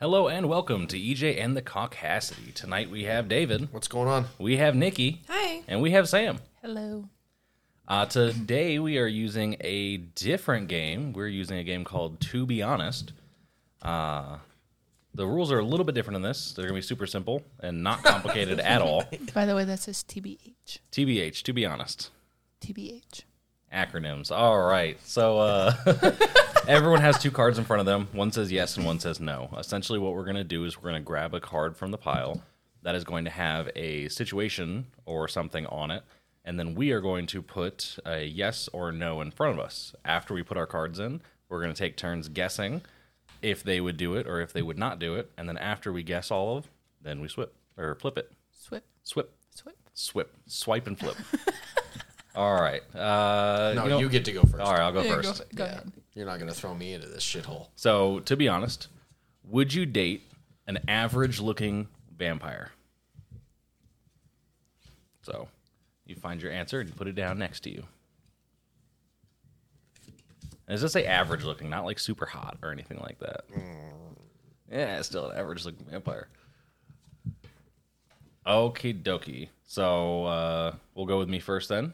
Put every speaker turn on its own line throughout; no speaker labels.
Hello and welcome to EJ and the Caucasity. Tonight we have David,
What's going on?
we have Nikki,
Hi.
and we have Sam.
Hello.
Uh, today we are using a different game. We're using a game called To Be Honest. Uh, the rules are a little bit different in this. They're going to be super simple and not complicated at all.
By the way, that says TBH.
TBH, to be honest.
TBH.
Acronyms. All right. So uh, everyone has two cards in front of them. One says yes and one says no. Essentially, what we're going to do is we're going to grab a card from the pile that is going to have a situation or something on it. And then we are going to put a yes or no in front of us. After we put our cards in, we're going to take turns guessing if they would do it or if they would not do it. And then after we guess all of, then we swip or flip it.
Swip.
Swip,
Swip.
swip, swipe and flip. all right. Uh,
No,
you
you,
know-
get to go first.
all right, I'll go
Yeah,
first.
Go, go ahead.
You're not going to throw me into this shithole.
So, to be honest, would you date an average-looking vampire? So, you find your answer and you put it down next to you. And does it say average-looking, not like super hot or anything like that? Yeah, it's still an average-looking vampire. Okie dokie. So, uh, we'll go with me first then.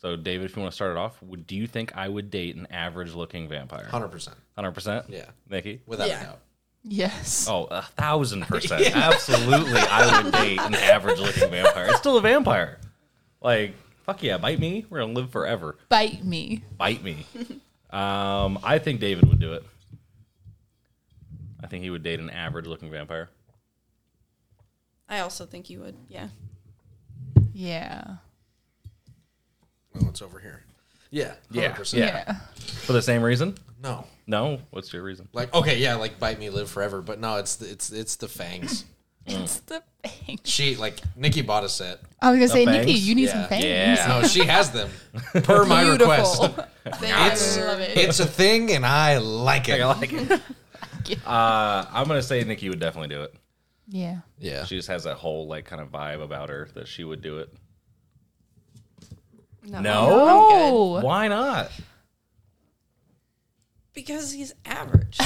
So, David, if you want to start it off, would, do you think I would date an average-looking vampire?
100%.
Hundred percent.
Yeah.
Nikki.
Without
Yeah.
a doubt.
Yes.
Oh, a thousand percent. Absolutely, I would date an average-looking vampire. It's still a vampire. Like, fuck yeah, bite me. We're gonna live forever.
Bite me.
Bite me. Um, I think David would do it. I think he would date an average-looking vampire.
I also think you would. Yeah.
Yeah.
No, it's over here. Yeah.
Yeah,
100%.
yeah.
Yeah.
For the same reason?
No.
No. What's your reason?
Like, okay, yeah, like bite me, live forever. But no, it's the, it's it's the fangs.
It's the bangs.
She, like, Nikki bought a set.
I was gonna say, Nikki,
bangs?
you need
Yeah.
some bangs.
Yeah.
No, she has them per my request.
Beautiful.
It's-
I love it.
It's a thing and I like
I
it.
like it. Uh, I'm gonna say Nikki would definitely do it.
yeah.
Yeah.
She just has that whole like kind of vibe about her that she would do it.
No. I'm good.
Oh.
Why not?
Because he's average.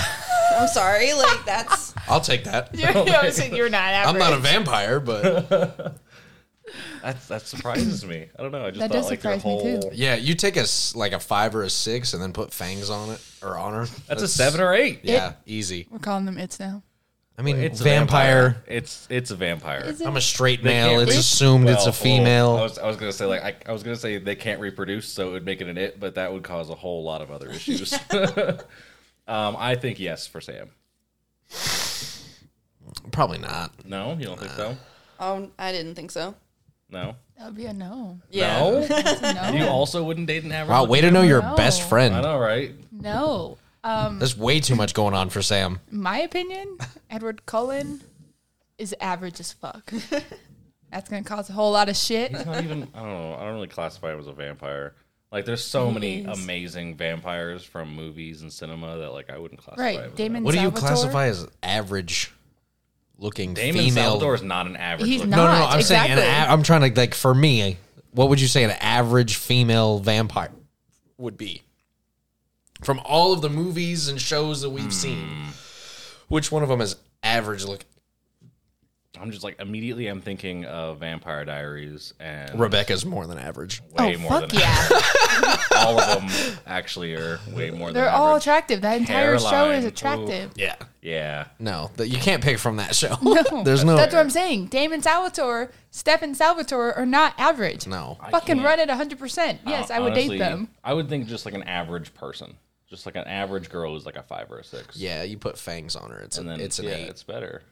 I'm sorry. Like that's
I'll take that.
You're, you're, you're not average.
I'm not a vampire, but
That's that surprises me. I don't know. I just
That
thought
does
like their
surprise me,
whole.
too.
yeah, you take a s- like a 5 or a 6 and then put fangs on it or on her.
That's a seven or eight.
Yeah, easy.
We're calling them its now.
I mean,
It's
vampire.
a vampire. It's it's a vampire.
I'm a straight
They
male.
can't
It's
re-
assumed it's
Well,
a female.
well, I was I was gonna say like I, I was gonna say they can't reproduce, so it would make it an it, but that would cause a whole lot of other issues. um, I think yes for Sam.
Probably not.
No, you don't think
Uh.
so?
oh I didn't think so.
No.
That would be a no.
Yeah.
No.
It's a No.
you also wouldn't date an average.
Wow, way to know your best
No.
I
friend.
know, right?
no. Um,
There's way too much going on for Sam.
my opinion, Edward Cullen is average as fuck. That's gonna cause a whole lot of shit.
He's not even. I don't know. I don't really classify him as a vampire. Like, there's so many
Movies.
amazing vampires from movies and cinema that like I wouldn't classify. him as
Right,
a
Damon.
What do you
Salvatore?
classify as average looking
Damon
female?
Salvador is not an average.
He's
looking-
no, no, no.
Not,
I'm saying an
exactly.
a- I'm trying to like for me, what would you say an average female vampire would be? From all of the movies and shows that we've
Hmm.
seen, which one of them is average looking?
I'm just like immediately. I'm thinking of Vampire Diaries and
Rebecca's more than average.
way
oh
more
fuck
than
yeah!
all of them. Actually, are way more
They're
than
all
average.
attractive. That entire show
Caroline.
is
Ooh.
attractive.
Yeah.
yeah,
No, that you can't pick from that show.
No,
There's no
That's what I'm saying. Damon Salvatore, Stefan Salvatore are not average.
No.
Fucking
can't-
run at 100%. Yes, I would
Honestly,
date them.
I would think just like an average person, just like an average girl is like a five or a six.
Yeah, you put fangs on her. It's
and
a,
then
it's an
yeah,
eight.
it's better.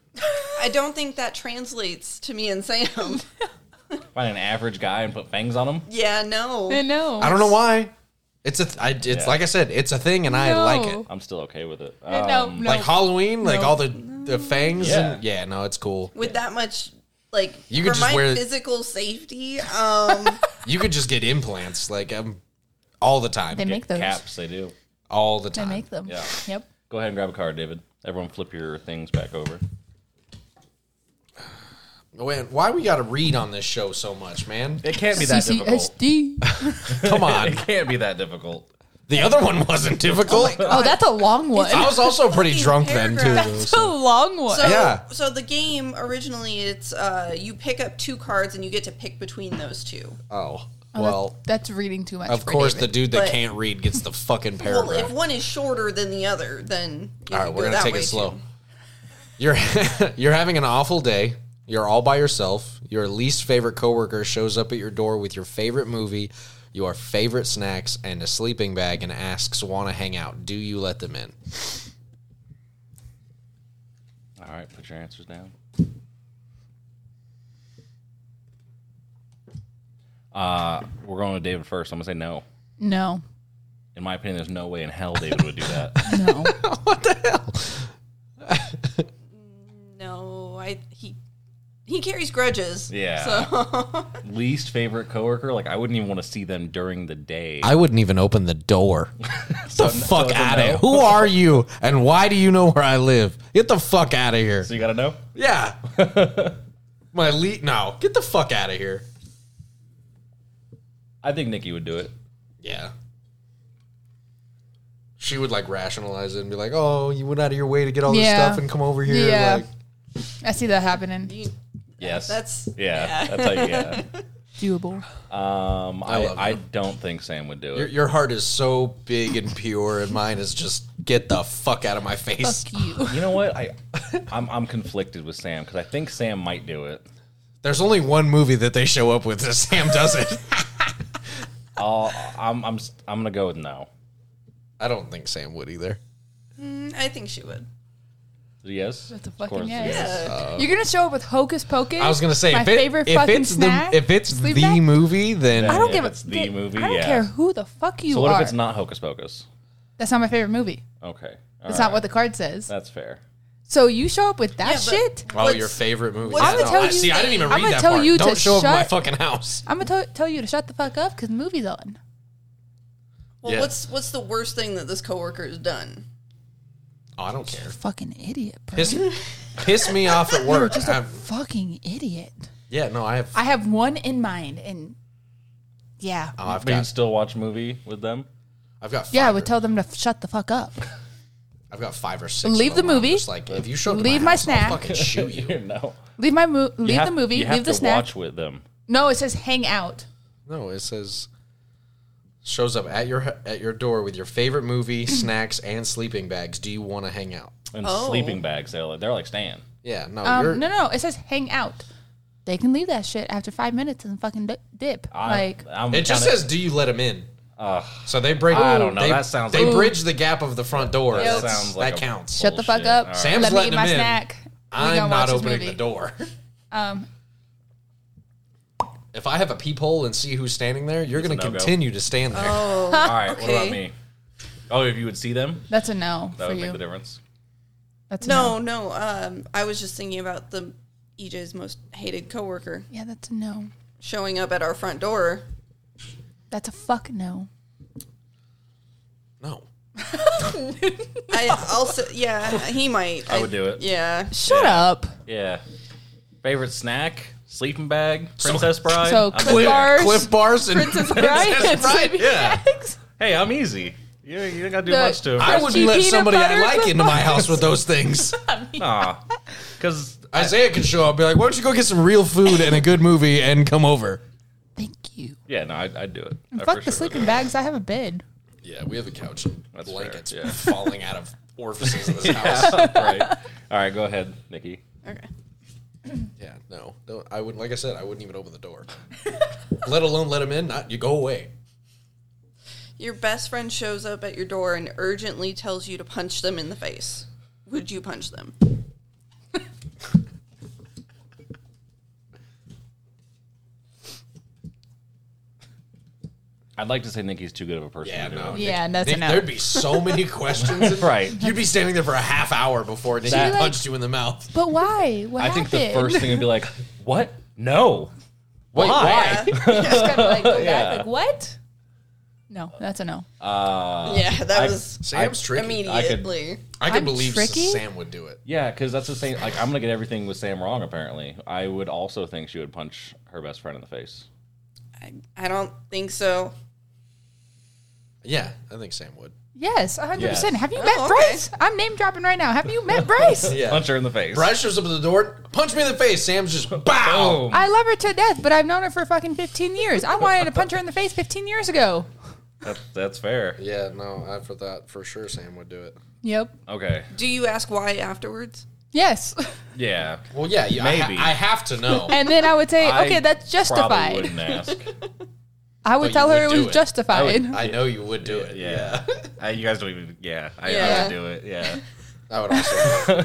I don't think that translates to me and Sam.
Find an average guy and put fangs on him.
yeah. No.
I know.
I don't know why. It's a. Th- I, it's
Yeah.
like I said. It's a thing, and I like it.
No.
I'm still okay with it.
No, no,
Um,
no.
Like Halloween, like
No.
all the the fangs.
Yeah.
and Yeah, no, it's cool.
With that much, like
You
for
could just
my
wear-
physical safety. Um.
You could just get implants, like um, all the time,
they make those.
caps. They do.
all the
They
time.
make them.
Yeah.
Yep.
Go ahead and grab a card, David. Everyone, flip your things back over.
Wait, why we got to read on this show so much, man?
It can't be that difficult.
CCSD.
Come on,
It can't be that difficult.
The other one wasn't difficult.
Oh, that's a long one.
I was also pretty
Fucking
drunk then too.
paragraph.
That's a
so-
long one.
So,
Yeah.
so the game originally it's uh you pick up two cards and you get to pick between those two.
oh
Oh, that-
well,
that's reading too much.
of
for
course the
David.
dude that
But-
can't read gets the fucking paragraph.
Well, if one is shorter than the other, then you
All
can
right,
go
we're gonna
that
take
way,
it slow.
too.
You're you're having an awful day. You're all by yourself. Your least favorite coworker shows up at your door with your favorite movie, your favorite snacks, and a sleeping bag, and asks, "Want to hang out? Do you let them in?"
All right, put your answers down. Uh, we're going with David first. I'm gonna say no.
No,
In my opinion, there's no way in hell David would do that.
no.
No, I he he carries grudges.
Yeah. Least favorite coworker, like I wouldn't even want to see them during the day.
I wouldn't even open the door. Get the fuck out of here. Who are you, and why do you know where I live? Get the fuck out of here.
so you gotta know.
Yeah. My elite. No, get the fuck out of here.
I think Nikki would do it.
Yeah. She would like rationalize it and be like, "Oh, you went out of your way to get all
Yeah.
this stuff and come over here."
Yeah.
Like,
I see that happening.
You-
Yes.
That's-
yeah. That's how you yeah.
Doable.
Um, I
love
I, don't think Sam would do
your,
it.
your heart is so big and pure, and mine is just get the fuck out of my face.
Fuck you.
You know what? I I'm I'm conflicted with Sam because I think Sam might do it.
There's only one movie that they show up with that Sam does it.
I'll, I'm I'm s- I'm gonna go with no.
I don't think Sam would either.
I think she would.
Yes.
That's a
Of
fucking
course,
yes.
Yeah.
You're gonna show up with hocus pocus.
Uh, I was gonna say
my
if, it-
favorite
if
fucking
it's
snack.
the if it's
sleep
the
bag.
movie, then
I don't
If
give
it's
a
the
the
movie,
I don't
yeah.
care who the fuck you
So what
are.
if it's not Hocus Pocus?
That's not my favorite movie.
Okay.
That's
All
not
right.
what the card says.
That's fair.
So you show up with that
Yeah, but-
shit.
Oh,
What's-
your favorite movie?
what's-
Yeah,
I'm gonna
no,
tell
I-
you-
see, I didn't even
I'm
read
gonna
that
tell
part.
you to
Don't show up at my
shut-
fucking house.
I'm gonna tell you to shut the fuck up because movie's on.
Well,
Yeah.
what's what's the worst thing that this coworker has done?
Oh, I don't care.
Fucking idiot, bro.
Piss, piss me off at work.
Just a
I'm-
fucking idiot.
yeah, no, I have.
I have one in mind, and yeah,
oh, I've
But you can
got.
still watch a movie with them.
I've got. Five
yeah. I
or-
would tell them to f- shut the fuck up.
I've got five or six.
Leave
of
the
them where I'm
movie.
just Like if you show up to
Leave my
house, I'll
snack.
fucking shoot you.
no.
Leave my mo- leave
You
the
have-
movie.
You have
Leave the
to
snack.
watch with them.
No, it says hang out.
No, it says shows up at your at your door with your favorite movie, snacks, and sleeping bags. Do you want to hang out?
And
Oh.
sleeping bags. They're like, they're like Stan.
Yeah, no, you're
Um, no, no, it says hang out. They can leave that shit after five minutes and fucking di- dip. like,
I'm
It just
kinda-
says, "Do you let him in?" so they break.
I don't know.
They,
That sounds
They
like-
bridge the gap of the front door.
That
That,
sounds like a-
counts.
shut the fuck
bullshit.
up.
All right.
Sam's
Let me
letting
eat my
him in.
snack. We gonna
I'm
watch
not
this
opening
movie.
the door.
Um,
If I have a peephole and see who's standing there, you're going to
no-go.
continue to stand there.
Oh.
All right. What about
Okay.
me? Oh, if you would see them,
that's a no
that
for
would
you.
make the difference.
That's a no.
No, no. Um, I was just thinking about the EJ's most hated coworker
Yeah, that's a no.
showing up at our front door.
That's a fuck no.
No.
I also, yeah, he might.
I would do it.
Yeah.
Shut up.
Yeah. Favorite snack? Sleeping bag? Princess Bride?
So
I'm
Cliff
a-
Bars,
Cliff bars and
Princess Bride,
Bride, yeah.
Hey, I'm easy. You, you don't gotta do
The-
much to
I wouldn't
Cheap
let
peanut
somebody I
butter
like
Clif
into my
Bars.
house with those things.
Because
Isaiah can show up and be like, why don't you go get some real food and a good movie and come over?
Thank you.
Yeah, no, I'd, I'd do it. I for
fuck the
sure would do
sleeping bags. I have a bed.
Yeah, we have a couch and
That's fair, blankets yeah.
falling out of orifices in this house.
it. right. All right, go ahead, Nikki.
Okay.
Yeah, no, no. I wouldn't. Like I said, I wouldn't even open the door. let alone let him in. Not you. Go away.
Your best friend shows up at your door and urgently tells you to punch them in the face. Would you punch them?
I'd like to say Nikki's too good of a person
Yeah,
to do
no.
it.
Yeah, that's a
Nick,
no.
There'd be so many questions.
Right.
You'd be standing there for a half hour before Nick
That-
punched you in the mouth.
But why? What
I
happened?
think the first thing would be like, what? No. Why?
Just kinda like, go back,
Yeah.
like, what? No, that's a no.
yeah, that
Uh, I-
was
Sam's tricky.
I could-
immediately.
I can
I'm
believe
tricky?
Sam would do it.
Yeah, because that's the same. Like, I'm gonna get everything with Sam wrong. Apparently, I would also think she would punch her best friend in the face.
I, I don't think so.
Yeah, I think Sam would.
Yes, 100%.
Yes.
Have you
Oh,
met
okay.
Bryce? I'm name dropping right now. Have you met Bryce?
Yeah.
Punch her in the face.
Bryce shows up at the door, punch me in the face. Sam's just bow.
Boom.
I love her to death, but I've known her for fucking 15 years. I wanted to punch her in the face 15 years ago.
That, that's fair.
Yeah, no, I for that for sure Sam would do it.
Yep.
Okay.
Do you ask why afterwards?
Yes.
Yeah.
Well, yeah, you, I ha-
Maybe.
I, have to know.
And then I would say,
I
okay, that's
Probably
justified.
wouldn't ask.
I
But
would tell
you
her it
would
was
do it.
justified.
I
I know you would do it.
Yeah. I, you guys don't even. Yeah. I, I
Yeah.
would do it. Yeah.
I would also.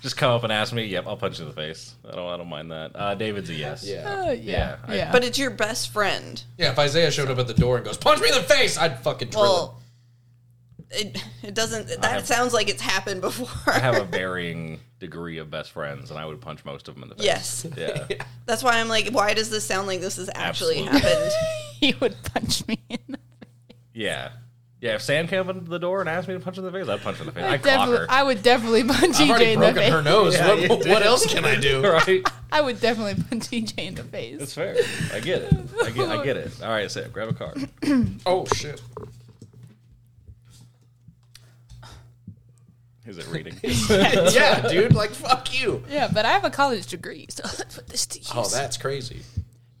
Just come up and ask me. Yep. I'll punch you in the face. I don't. I don't mind that. Uh, David's a yes.
Yeah.
Uh, yeah.
I-
yeah.
But it's your best friend.
Yeah, if Isaiah showed up at the door and goes, punch me in the face, I'd fucking drill him.
Well, it, it doesn't. That
have-
sounds like it's happened before.
I have a varying degree of best friends, and I would punch most of them in the face.
yes,
Yeah.
that's why I'm like, why does this sound like this has actually
Absolutely.
happened?
he would punch me in the
Yeah. Yeah. If Sam came up to the door and asked me to punch her in the face, I'd punch her in the face. I'd clock
Definitely,
her.
I would definitely punch
I've
EJ
already
in the
broken
face.
her nose.
Yeah, you
what,
did.
what else can I do?
right.
I would definitely punch EJ in the face.
It's fair. I get it. I get. I get it. All right. Sam, grab a card.
Oh, shit.
Is it reading?
Yeah, dude, like, fuck you.
Yeah, but I have a college degree, so let's put this to use.
Oh, that's crazy.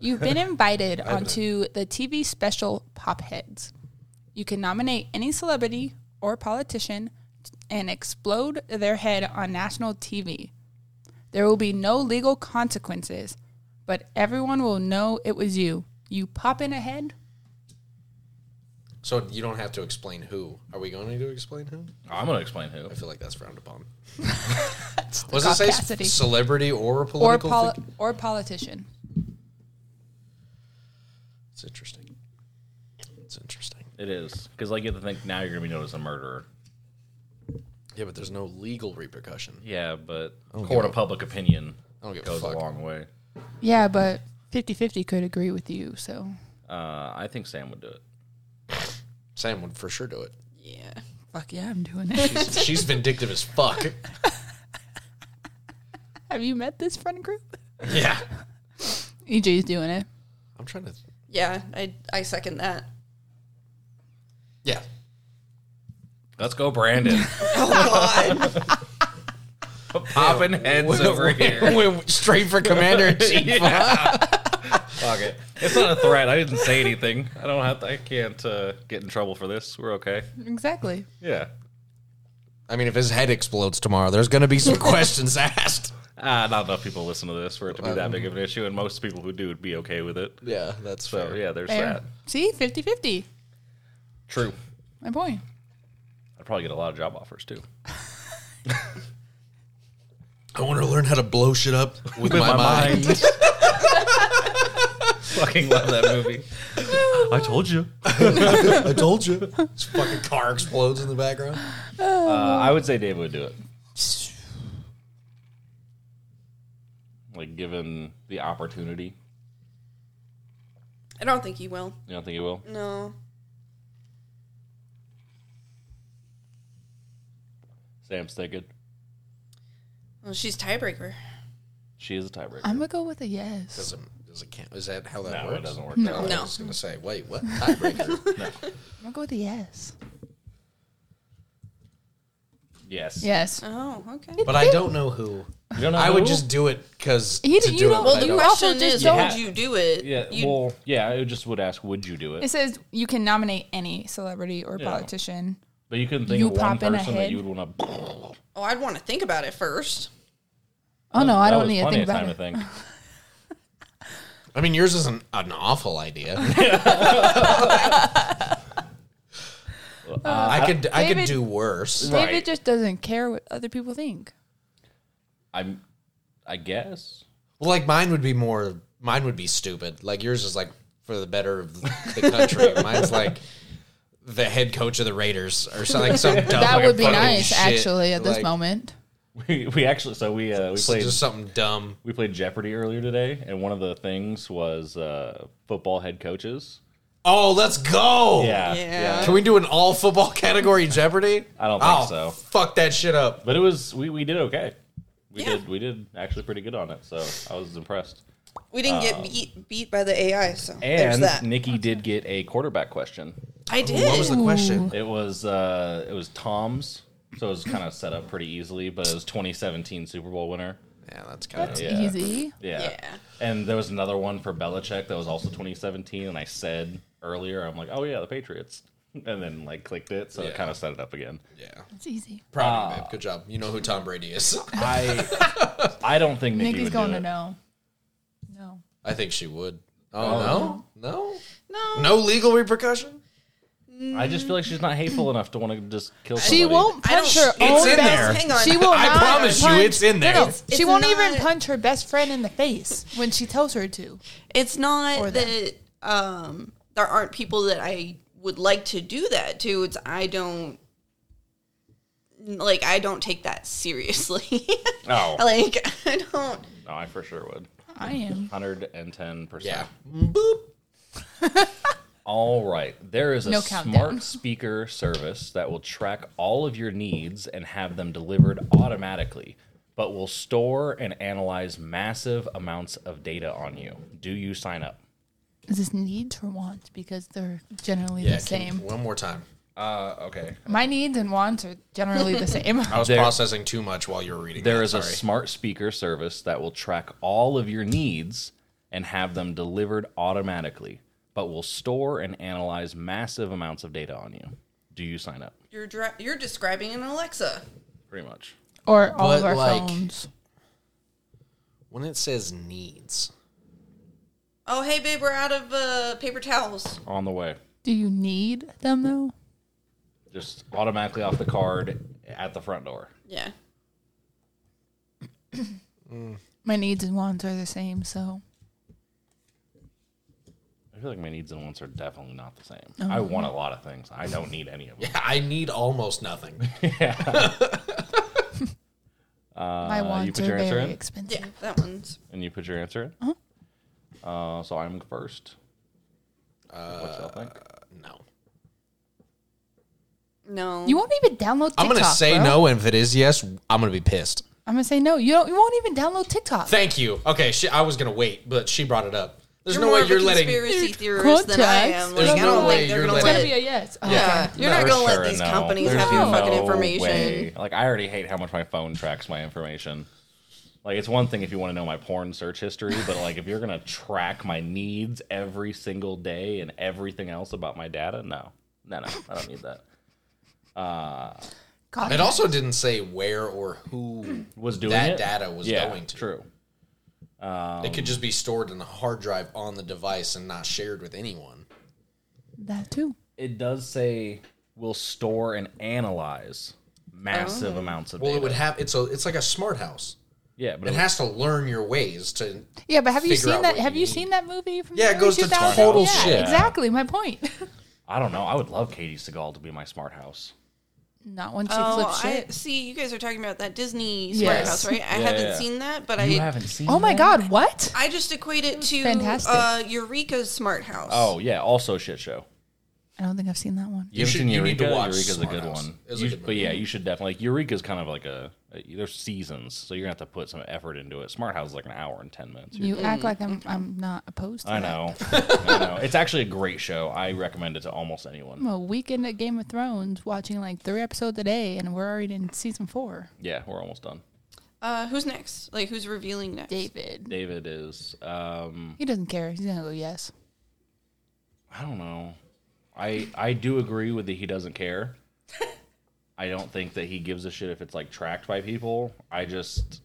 You've been invited onto the TV special Popheads. You can nominate any celebrity or politician and explode their head on national TV. There will be no legal consequences, but everyone will know it was you. You pop in a head?
So you don't have to explain who. Are we going to explain who?
I'm gonna explain who.
I feel like that's frowned upon. Was it say
Audacity.
c- celebrity or a
Or,
political
poli-
fig-
or politician.
It's interesting. It's interesting.
It is because like you have to think now you're gonna be known as a murderer.
Yeah, but there's no legal repercussion.
Yeah, but
give
court of public opinion
I don't give a
goes a
fuck.
long way.
Yeah, but 50 50 could agree with you, so
Uh, I think Sam would do it.
Sam would for sure do it.
Yeah,
fuck yeah, I'm doing it.
She's, she's vindictive as fuck.
have you met this friend group?
Yeah.
EJ's doing it.
I'm trying to.
yeah. I I second that.
Yeah.
Let's go, Brandon.
Oh God,
Popping heads over here.
Went straight for commander in chief.
Fuck it. It's not a threat. I didn't say anything. I don't have. To, I can't uh, get in trouble for this. We're okay.
Exactly.
Yeah.
I mean, if his head explodes tomorrow, there's going to be some questions asked.
Uh, not enough people listen to this for it to be that big of an issue, and most people who do would be okay with it.
Yeah, that's
So yeah, there's
Fair.
that.
See, 50 50.
True.
My point.
I'd probably get a lot of job offers too.
I want to learn how to blow shit up with, my, mind.
Fucking love that movie. I told you.
I told you. This fucking car explodes in the background.
Uh, I would say Dave would do it. Like, given the opportunity,
I don't think he will.
you don't think he will?
No,
Sam's thinking
well, Oh, she's tiebreaker.
she is a tiebreaker.
I'm going to go with a yes.
Does it, does it count? Is that how that
no,
works? Oh,
it doesn't work. that way.
I was going to say, wait, what? Tiebreaker.
I'm going to go with a yes.
Yes.
Yes.
Oh, okay.
but I don't know who.
You don't know
I would
who?
just do it because to
He-
do
you
it.
don't-
but
Well,
I
the
You
don't-
also
question
just
is,
don't-
would you do it?
Yeah.
You-
well, yeah. I just would ask, would you do it?
It says you can nominate any celebrity or
Yeah.
politician.
but you couldn't think
you
of one
pop in a
person that
head.
you would want to.
oh, I'd want to think about it first.
Oh, no, I
That
don't
was
need to
plenty of
think about
time
it.
to think.
I mean, yours isn't an awful idea. I could I could
David-
do worse.
Right.
David just doesn't care what other people think.
I'm. I guess.
Well, like mine would be more. Mine would be stupid. Like yours is like for the better of the country. Mine's like the head coach of the Raiders or something. Like some dumb,
that
like,
would be
fucking
nice,
shit.
actually, at this
Like,
moment.
We, we actually so we uh, we
it's
played
just something dumb.
we played Jeopardy earlier today, and one of the things was uh, football head coaches.
Oh, let's go.
Yeah,
Yeah.
Can we do an all football category Jeopardy?
I don't think
Oh,
so.
Fuck that shit up.
But it was we, we did okay. We
Yeah.
did we did actually pretty good on it, so I was impressed.
We didn't get beat, beat by the AI, so there's
Um, And
that.
Nikki did get a quarterback question.
I I did.
What was the question?
It was uh, it was Tom's, so it was kind of set up pretty easily. But it was 2017 Super Bowl winner.
Yeah, that's kind of.
Yeah.
Easy.
Yeah.
Yeah.
And there was another one for Belichick that was also 2017, and I said earlier, I'm like, oh yeah, the Patriots, and then like clicked it, so
Yeah.
it kind of set it up again.
Yeah.
It's easy.
Proud of you, babe. Good job. You know who Tom Brady is.
I I don't think Nikki
Nikki's
would
going
do
to
it.
know. No.
I think she would. Oh, no?
No.
No? No legal repercussion?
I just feel like she's not hateful enough to want to just kill. Somebody.
She won't
I don't-
punch her
It's
own
in
best.
there.
Hang on.
She will.
I
not
promise you,
punch-
it's in there.
No, no,
It's-
she
it's
won't
not-
even punch her best friend in the face when she tells her to.
It's not
Or
that um, there aren't people that I would like to do that to. It's I don't like I don't take that seriously.
Oh.
like I don't.
No, I for sure would.
I am.
110%.
Yeah. Boop.
All right. There is a
No
smart
countdown.
speaker service that will track all of your needs and have them delivered automatically, but will store and analyze massive amounts of data on you. Do you sign up?
Is this needs or wants? Because they're generally
Yeah.
the
can-
same.
One more time.
Uh, okay.
My needs and wants are generally the same.
I was
There-
processing too much while you were reading.
There
that,
is a
sorry.
smart speaker service that will track all of your needs and have them delivered automatically, but will store and analyze massive amounts of data on you. Do you sign up?
You're dra- you're describing an Alexa.
Pretty much.
or all of
But,
our
like-
phones.
when it says needs.
Oh hey babe, we're out of uh, paper towels.
On the way.
Do you need them though?
just automatically off the card at the front door.
Yeah.
My needs and wants are the same, so
I feel like my needs and wants are definitely not the same. I want a lot of things. I don't need any of them.
I need almost nothing. Uh,
my wants
put
are
your answer
very
in?
expensive.
Yeah, that one's
And you put your answer in. Uh, so I'm first. What
Uh,
y'all think?
No.
no.
You won't even download. TikTok,
I'm going to say
bro.
no, and if it is yes, I'm going to be pissed.
I'm gonna say no. You don't. You won't even download TikTok.
Thank you. Okay, she, I was going to wait, but she brought it up. There's
You're
no
more
way
of a
you're letting.
conspiracy theorist than I
Context.
am.
There's
Like I
no
don't
way
think they're
you're
gonna
it's
letting-
let
gonna be a yes. Oh,
Yeah, you're not
For
gonna
sure,
let these
no.
companies
There's
have your fucking
no
information.
way. Like I already hate how much my phone tracks my information. Like it's one thing if you want to know my porn search history, but like if you're gonna track my needs every single day and everything else about my data, no, no, no, I don't need that.
God.
It also didn't say where or who
Was doing
that
it?
data was
yeah,
going to.
True.
It could just be stored in a hard drive on the device and not shared with anyone.
that too.
it does say will store and analyze massive
Oh.
amounts of
Well,
data.
it would have. It's a. It's like a smart house.
yeah, but
It has to learn your ways to.
Yeah, but have you
Figure out
seen that?
what
Have
you
you,
need.
seen that movie? From
Yeah, it
the
goes to
2000s?
total
yeah,
shit.
Exactly my point.
I don't know. I would love Katie Seagal to be my smart house.
not when she
Oh,
flips
I
shit.
see. You guys are talking about that Disney smart
Yes.
house, right? I
Yeah,
haven't
yeah.
seen that, but
You
I
haven't seen.
oh my
that?
God! What?
I just equate it to
fantastic.
uh, Eureka's smart house.
Oh yeah, also shit show.
I don't think I've seen that one.
You, haven't
should-
seen
you need
Eureka?
to watch
Eureka's a
Smart
good
House.
one.
It's a
You-
good
but yeah,
movie.
you should definitely like Eureka's kind of like a, a- there's seasons, so you're gonna have to put some effort into it. Smart House is like an hour and ten minutes.
You act like I'm. I'm not opposed. to
I
that.
know. I know. It's actually a great show. I recommend it to almost anyone.
I'm a weekend at Game of Thrones, watching like three episodes a day, and we're already in season four.
Yeah, we're almost done.
Uh, who's next? Like, who's revealing next?
David,
David is um
he doesn't care. He's gonna go yes.
I don't know. I I do agree with that he doesn't care. I don't think that he gives a shit if it's like tracked by people. I just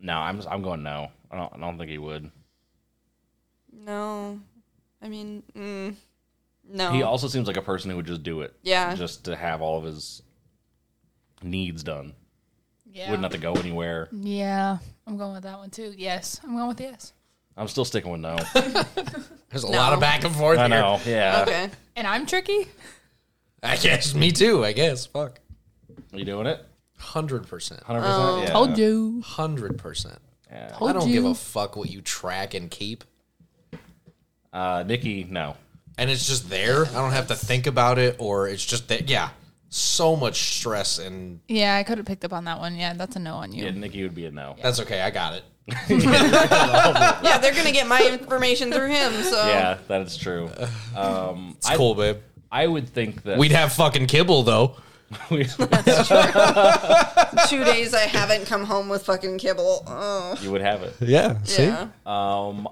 no. I'm I'm going no. I don't I don't think he would.
No. I mean, mm, no.
He also seems like a person who would just do it.
Yeah.
Just to have all of his needs done.
Yeah.
Wouldn't have to go anywhere.
Yeah, I'm going with that one too. Yes, I'm going with yes.
I'm still sticking with no.
There's a lot of back and forth.
I
here.
know. Yeah.
okay.
And I'm tricky.
I guess me too. I guess. Fuck.
You doing it?
Hundred percent.
Hundred percent. Yeah.
Told you.
Hundred percent.
Yeah.
Told
I don't
you.
give a fuck what you track and keep.
Uh, Nikki, no.
And it's just there. I don't have to think about it, or it's just that. Yeah. So much stress, and
yeah, I could have picked up on that one. Yeah, that's a no on you.
Yeah, Nikki would be a no.
that's okay. I got it.
Yeah, they're going to get my information through him, so.
Uh. Yeah, that is true.
It's cool, babe.
I would think that
We'd have fucking kibble though.
Two days I haven't come home with fucking kibble. Oh,
you would have it.
Yeah. See.
yeah.
Um,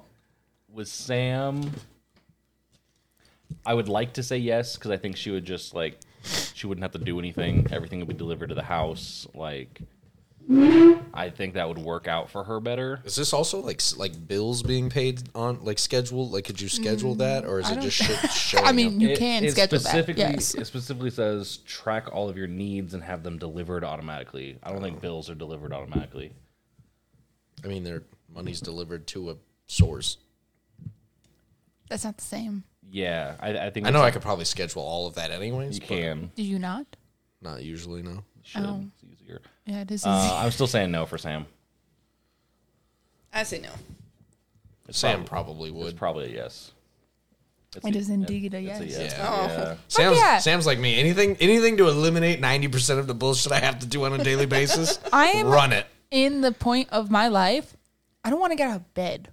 with Sam, I would like to say yes because I think she would just like she wouldn't have to do anything. Everything would be delivered to the house. Like, I think that would work out for her better.
Is this also like s- like bills being paid on like scheduled? Like, could you schedule that, or is it
Mm, don't-
just shit showing
I mean,
up?
you can schedule that.
specifically,
Yes.
It specifically says track all of your needs and have them delivered automatically. I don't think bills are delivered automatically.
I mean, their money's delivered to a source.
That's not the same.
Yeah, I, I think
I know
it's-
I could probably schedule all of that anyways.
you
but
can.
Do you not?
Not usually, no.
Should. It's easier.
Yeah, it is easy.
Uh, I'm still saying no for Sam.
I say no.
Sam probably
It's
would.
probably a yes. It's
it
a-
is indeed a
it's
yes.
a yes.
Oh.
Yeah.
Sam's,
yeah.
Sam's like me. Anything anything to eliminate 90% of the bullshit I have to do on a daily basis,
I am
run it.
in the point of my life, I don't want to get out of bed.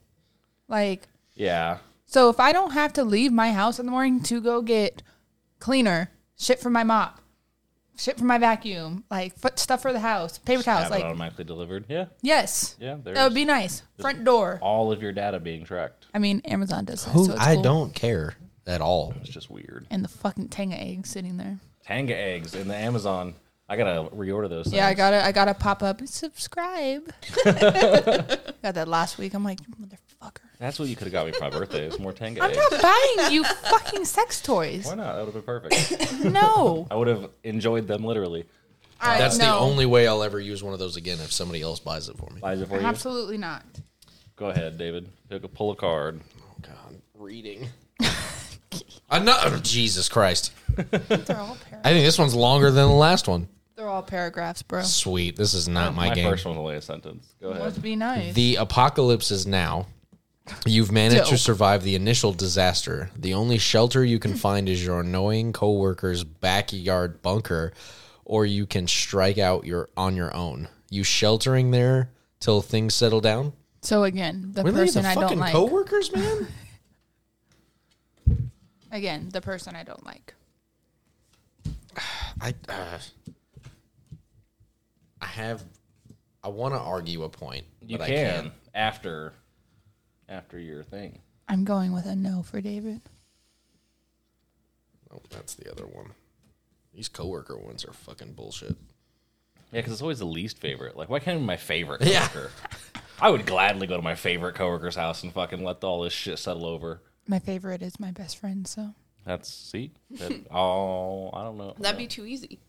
Like,
Yeah.
so if I don't have to leave my house in the morning to go get cleaner, shit for my mop, shit for my vacuum, like foot stuff for the house, paper towels,
Have it
like,
automatically delivered. Yeah.
yes,
Yeah. There's
that would be nice. Front door.
all of your data being tracked.
I mean, Amazon does that. so it's cool.
don't care at all.
It's just weird.
And the fucking Tenga egg sitting there.
Tanga eggs in the Amazon. I gotta reorder those. Things.
Yeah, I got to I got to pop up. Subscribe. got that last week. I'm like, motherfucker.
That's what you could have got me for my birthday. It's more Tanga
I'm
eggs.
not buying you fucking sex toys.
Why not? That would have been perfect.
No.
I would have enjoyed them literally.
I,
That's the
no.
only way I'll ever use one of those again if somebody else buys it for me.
Liza for you.
Absolutely not.
Go ahead, David. Pick a pull a card.
oh, God, reading. Another Jesus Christ.
They're all par-
I think this one's longer than the last one.
they're all paragraphs, bro.
Sweet. This is not my,
My
game.
first one was only a sentence. Go ahead.
Must be nice.
The apocalypse is now. You've managed to
Dope.
survive the initial disaster. The only shelter you can find is your annoying coworker's backyard bunker, or you can strike out your on your own. You sheltering there till things settle down?
so again, the
Really?
person
the
I
fucking
don't like.
coworkers, man?
again, the person I don't like.
I uh, I have I want to argue a point,
You
but
can
I can't.
after after your thing.
I'm going with a no for David.
Oh, that's the other one. These coworker ones are fucking bullshit.
Yeah, because it's always the least favorite. Like, why can't it be my favorite
Yeah.
coworker? I would gladly go to my favorite coworker's house and fucking let all this shit settle over.
My favorite is my best friend, so
That's see, that, oh, I don't know.
That'd be too easy.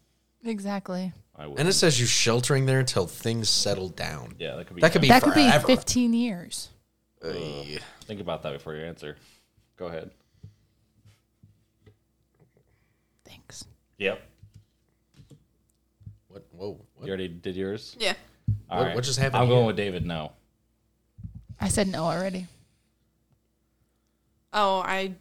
exactly.
I would.
And it says you sheltering there until things settle down.
yeah, that could be.
That could be
That could be
forever.
15 years.
Ugh.
Think about that before you answer. Go ahead.
Thanks.
Yep.
What? Whoa!
You
What,
already did yours.
Yeah.
All
what- what just happened
I'm going
here?
with David. No.
I said no already.
Oh, I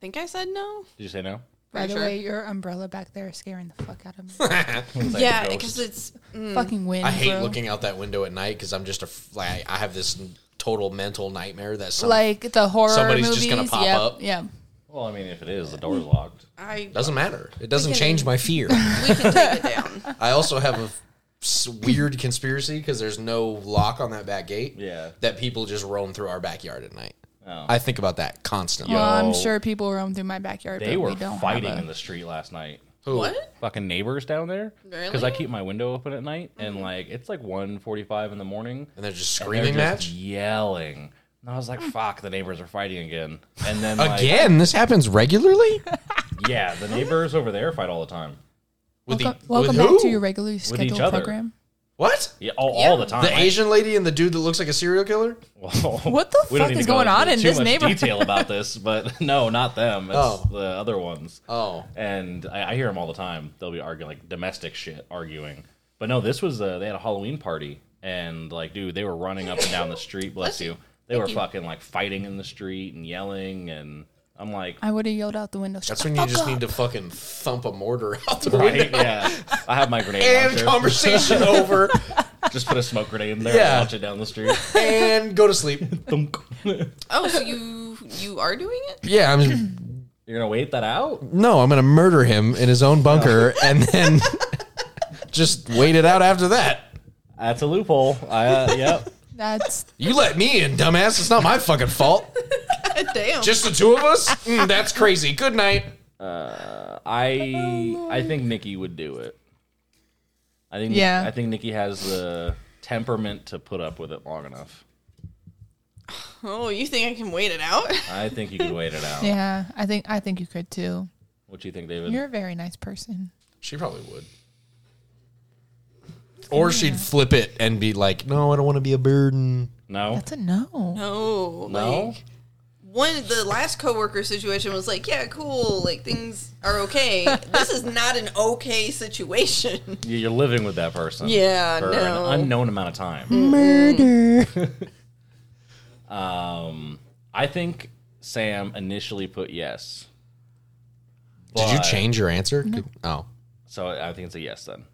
think I said no.
Did you say no?
By
Pretty
the
sure.
way, your umbrella back there is scaring the fuck out of me.
Like
yeah,
a ghost.
because it's
fucking wind.
I hate
bro.
looking out that window at night because I'm just a f- like I have this total mental nightmare that some
like the horror
Somebody's
movies.
just gonna pop
Yep,
up.
Yeah.
Well, I mean, if it is, the door's locked.
I
doesn't matter. It doesn't change my fear.
we can take it down.
I also have a f- s- weird conspiracy because there's no lock on that back gate.
Yeah.
that people just roam through our backyard at night.
Oh.
I think about that constantly.
Well, I'm
Yo.
sure people roam through my backyard,
They
but
were
we don't
fighting
have a-
in the street last night.
Who?
What?
fucking neighbors down there because I
Really? Mm-hmm.
keep my window open at night and like it's like 1.45 in the morning.
And they're just
and they're
screaming
just
match
yelling. And I was
Mm.
like, "Fuck, the neighbors are fighting again." And then like,
again. This happens regularly.
yeah, the neighbors over there fight all the time.
With
Welcome,
the
welcome
with
back
who?
to your regularly scheduled
other.
program.
what?
Yeah, all,
Yeah.
all the time.
The
I-
Asian lady and the dude that looks like a serial killer.
Well,
What the
we don't
fuck
need
is
to go
going on
into
in
too
this
much
neighborhood?
Detail about this, but no, not them. It's
Oh.
the other ones.
Oh,
And I, I hear them all the time. They'll be arguing like domestic shit, arguing. But no, this was uh they had a Halloween party, and like, dude, they were running up and down the street. Bless you. They were fucking like fighting in the street and yelling, and I'm like,
I would have yelled out the window.
that's
"Shut
when you
the fuck
just
up."
need to fucking thump a mortar out the
right,
window
yeah, I have my grenade
and
launcher.
conversation over
Just put a smoke grenade in there
Yeah.
and launch it down the street.
and go to sleep.
Thunk.
Oh, so you you are doing it?
Yeah, I'm
You're gonna wait that out?
No, I'm going to murder him in his own bunker and then just wait it out after that.
That's a loophole. I, uh, yep.
That's
You let me in, dumbass. It's not my fucking fault.
Damn.
Just the two of us? Mm, that's crazy. Good night.
I I think Nikki would do it. I think
Yeah.
I think Nikki has the temperament to put up with it long enough.
oh, you think I can wait it out?
I think you could wait it out.
yeah. I think I think you could too.
What do you think, David?
You're a very nice person.
She probably would. Or she'd flip it and be like, no, I don't want to be a burden.
no.
That's a no.
No?
No. Like, Oh. one the last coworker situation was like, yeah, cool, like things are okay. this is not an okay situation.
You- You're living with that person.
Yeah,
For
no.
an unknown amount of time.
Murder.
Um, I think Sam initially put yes.
Did you
But-
change your answer? Oh.
So I think it's a yes then.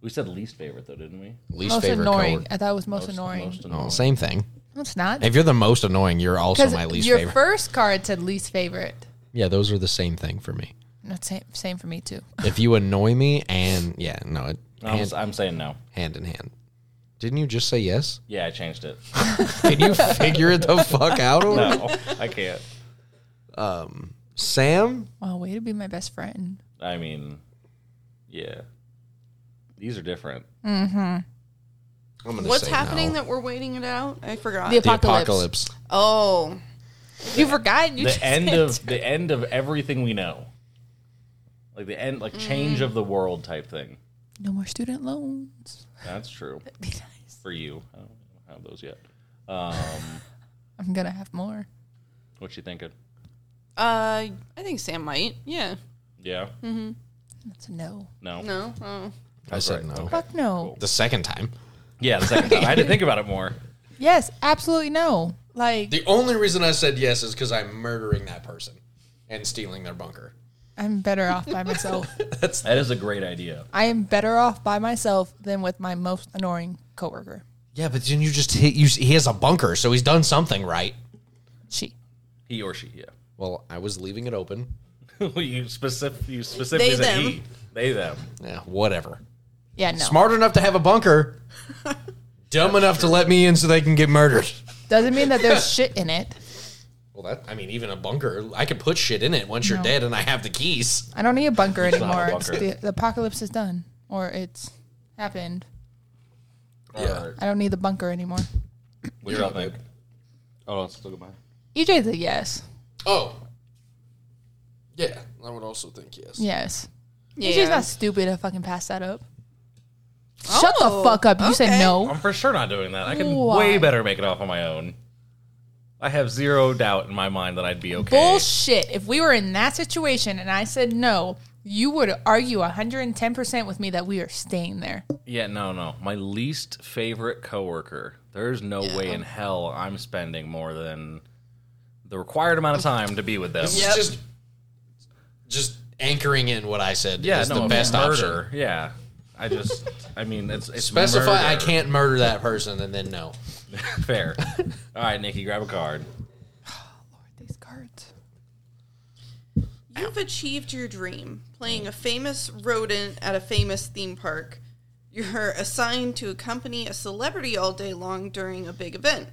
We said least favorite though, didn't we?
Least
Most
favorite
annoying.
coworker.
I thought it was most, annoying.
Most
Oh,
annoying.
same thing.
No, it's not.
If you're the most annoying, you're also
Because
my least
your
favorite.
first card said least favorite.
yeah, those are the same thing for me.
Not same, same for me too.
If you annoy me and yeah, no, it,
I'm,
hand,
I'm saying no.
hand in hand. Didn't you just say yes?
Yeah, I changed it.
Can you figure it the fuck out? Or?
No, I can't.
Sam,
Wow, way to be my best friend.
I mean, yeah. These are different.
I'm gonna
What's
say
happening
no.
that we're waiting it out? I forgot.
The
the
apocalypse.
apocalypse.
oh.
You forgot. You just
The end
said-
of the end of everything we know. Like the end like change of the world type thing.
no more student loans.
That's true.
Be nice.
For you. I don't have those yet.
I'm gonna have more.
What you thinking?
Uh I think Sam might. Yeah.
Yeah?
That's a no.
No.
No. Oh.
I said
right.
no.
Fuck no.
The second time.
Yeah, the second time. I had to think about it more.
Yes, absolutely no. Like
The only reason I said yes is because I'm murdering that person and stealing their bunker.
I'm better off by myself.
That is a great idea.
I am better off by myself than with my most annoying coworker.
Yeah, but then you just hit. You, he has a bunker, so he's done something right.
She.
He or she, yeah.
Well, I was leaving it open.
you specific you specifically
They,
said
them.
he. They them.
Yeah, whatever.
Yeah, no.
Smart enough to have a bunker. Dumb enough to let me in so they can get murdered.
Doesn't mean that there's shit in it.
Well, that I mean, even a bunker, I could put shit in it once you're
No.
dead, and I have the keys.
I don't need a bunker
not a
anymore. It's-
bunker.
the, the apocalypse is done, or it's happened.
Yeah.
Or-
I don't need the bunker anymore.
What do y'all think? Oh, let's look at mine.
EJ's E a yes.
Oh, yeah, I would also think yes.
Yes.
Yeah.
EJ's not stupid to fucking pass that up. Shut the
Oh,
fuck up. You said
okay.
no.
I'm for sure not doing that. I can
Why?
way better make it off on my own. I have zero doubt in my mind that I'd be okay.
Bullshit. If we were in that situation and I said no, you would argue 110% with me that we are staying there.
Yeah, no, no. My least favorite coworker. There's no way in hell I'm spending more than the required amount of time to be with them.
This is just just anchoring in what I said.
Yeah,
is
no,
the
if
best
murder.
option.
Yeah, I just, I mean, it's, it's
Specify I
murder.
can't murder that person, and then no.
Fair. All right, Nikki, grab a card.
These cards.
You've achieved your dream playing a famous rodent at a famous theme park. You're assigned to accompany a celebrity all day long during a big event.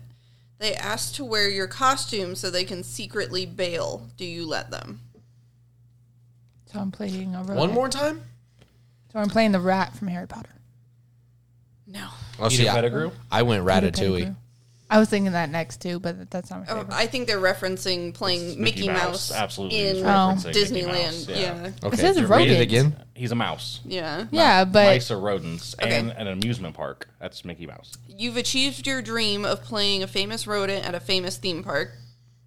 They ask to wear your costume so they can secretly bail. Do you let them?
So I'm playing a rodent.
One more time.
So I'm playing the rat from Harry Potter.
No.
Oh,
Peter
see, I,
Pettigrew?
I went Ratatouille.
I was thinking that next too, but that's not my favorite.
Oh, I think they're referencing playing Mickey, Mouse,
absolutely.
in
is
Oh.
referencing Mickey
Disneyland.
Mouse,
yeah.
Okay,
says
did you read
rodent.
it again.
he's a mouse.
yeah.
yeah, but
Mice are rodents,
Okay.
and an amusement park. That's Mickey Mouse.
You've achieved your dream of playing a famous rodent at a famous theme park,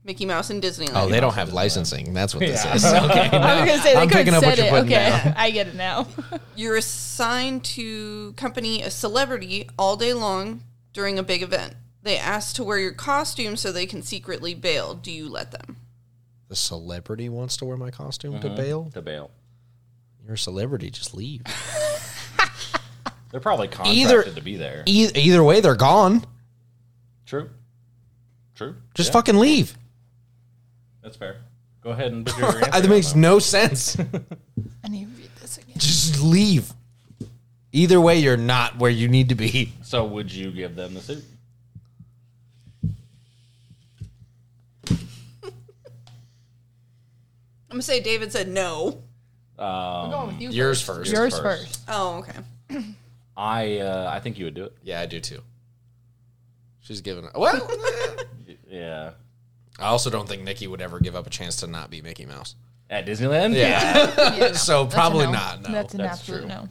Mickey Mouse in Disneyland.
Oh, they don't have licensing. That's what this
Yeah.
is. Okay,
I was gonna say they
I'm
could
picking
have
up what
said
you're
it.
putting
Okay,
down.
I get it now.
You're assigned to company a celebrity all day long during a big event. They ask to wear your costume so they can secretly bail. Do you let them?
the celebrity wants to wear my costume
Uh-huh.
to bail.
To bail.
You're a celebrity. Just leave.
They're probably contracted
Either-
to be there.
E- either way, they're gone.
True. True.
Just
Yeah,
fucking leave.
That's fair. Go ahead and put your answer.
That
down,
makes
though.
no sense.
I need to read this again.
Just leave. Either way, you're not where you need to be.
So would you give them the suit?
I'm gonna say David said no.
Um,
I'm going with you
Yours first.
Yours
Yours
first.
first.
Oh, okay.
I uh, I think you would do it.
Yeah, I do too. She's giving up. Well,
Yeah.
I also don't think Nikki would ever give up a chance to not be Mickey Mouse.
At Disneyland?
Yeah.
Yeah, no.
so
That's a
probably
no.
not. No.
That's an
That's
absolute
true.
no.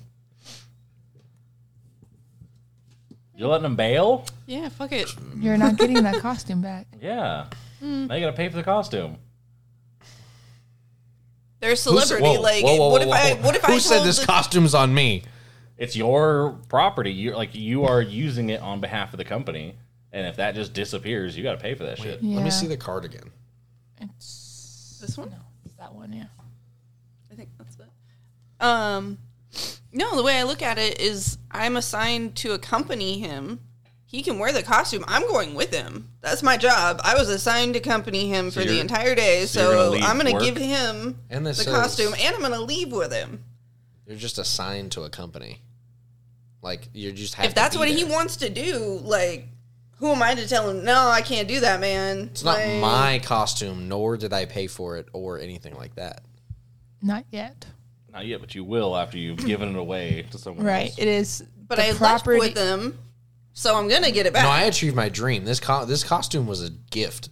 You're letting them bail?
Yeah, fuck it.
You're not getting that costume back.
Yeah.
Hmm.
Now you gotta pay for the costume.
They're a celebrity.
Whoa,
like,
whoa, whoa,
what if
whoa,
I?
whoa.
What if
Who
I
said
told
this
the-
costume's on me?
It's your property. You like you are using it on behalf of the company. And if that just disappears, you gotta pay for that shit.
Yeah.
Let me see the cardigan.
It's
this one?
no, it's that one. Yeah.
I think that's it. Um, no, the way I look at it is I'm assigned to accompany him. He can wear the costume. I'm going with him. That's my job. I was assigned to accompany him for the
you're-
entire day,
so you're gonna
so,
leave
I'm going to
work?
give him
And
the
this says-
costume, and I'm going to leave with him.
You're just assigned to a company. Like you just have.
If that's
to be
what
there.
he wants to do, like, who am I to tell him? No, I can't do that, man.
It's not
Like,
my costume, nor did I pay for it or anything like that.
Not yet.
Not yet, but you will after you've given it away to someone
Right.
else.
It is.
But
the
I
property-
left with him, so I'm going to get it back.
No, I achieved my dream. This co- this costume was a gift.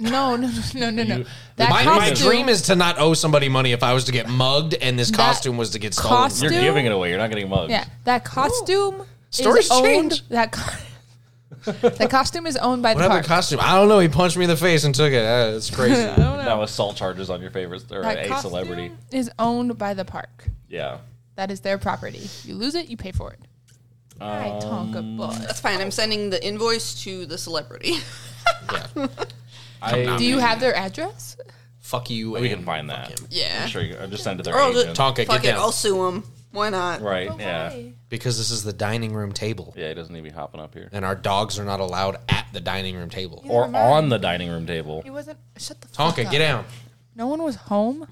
No, no, no, no, no.
You-
that
My, my
costume,
dream is to not owe somebody money if I was to get mugged, and this
That
costume was to get stolen.
costume-
You're
Still-
giving it away, you're not getting mugged.
Yeah, that costume
Stories
is owned.
change.
That co- that costume is owned by the
What other
park.
costume? I don't know. He punched me in the face and took it. Uh, it's crazy.
Now assault charges on your favorite or
that
a
costume
celebrity.
is owned by the park.
Yeah.
That is their property. You lose it, you pay for it. I Tonka boy.
That's fine. I'm sending the invoice to the celebrity.
I,
Do you have their address?
Fuck you.
we
and
can find
fuck
that.
him.
Yeah.
I'm sure you I'm just send it to
Or
their
I'll just
agent.
Tonka,
Fuck
get
it,
down.
I'll sue him. Why not?
Right, yeah.
because this is the dining room table,
Yeah, he doesn't need to be hopping up here.
and our dogs are not allowed at the dining room table.
Or
Never mind.
on the dining room table.
He wasn't. Shut the fuck
Tonka,
up.
get down.
No one was home.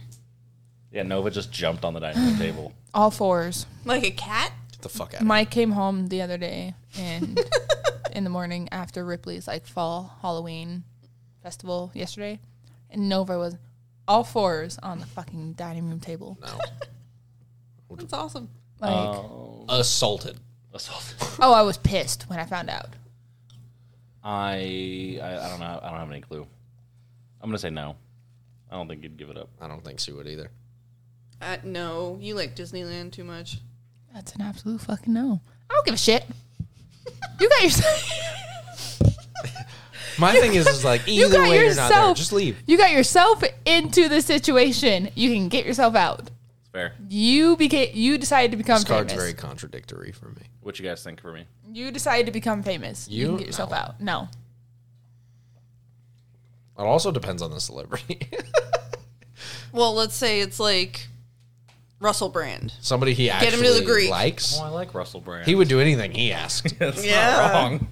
Yeah, Nova just jumped on the dining room table.
All fours.
Like a cat?
Get the fuck out. of
Mike came home the other day and in the morning after Ripley's like fall Halloween festival yesterday, and Nova was all fours on the fucking dining room table.
here.
That's awesome.
Like,
Oh. No. Assaulted.
Assault.
oh, I was pissed when I found out.
I, I I don't know. I don't have any clue. I'm gonna say no. I don't think you'd give it up.
I don't think she would either.
Uh, no, you like Disneyland too much.
That's an absolute fucking no. I don't give a shit. You got yourself.
My thing is, is like
You
either
got
way, you're not
yourself.
there. Just leave.
You got yourself into the situation. You can get yourself out.
It's fair.
Mm. You became. You decided to become
This card's
famous.
very contradictory for me.
What you guys think for me?
You decided to become famous. You,
You?
can get yourself
No.
out. No.
It also depends on the celebrity.
Well, let's say it's like Russell Brand.
Somebody he
him to
actually
the Greek.
likes.
Oh, I like Russell Brand.
He would do anything he asked.
That's
Yeah.
not wrong.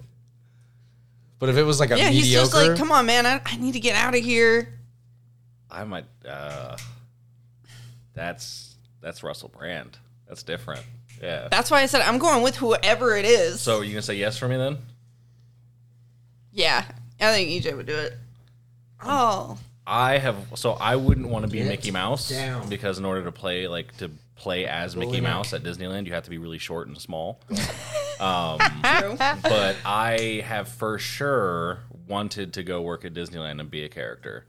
But if it was like a
Yeah,
mediocre,
he's just like, come on, man, I, I need to get out of here.
I might. Uh, that's that's Russell Brand. That's different. Yeah.
That's why I said I'm going with whoever it is.
So are you gonna say yes for me then?
yeah, I think EJ would do it. Oh,
I have so I wouldn't want to be Mickey Mouse
down.
because in order to play like to play as Mickey Mouse at Disneyland, you have to be really short and small. Um,
true.
but I have for sure wanted to go work at Disneyland and be a character.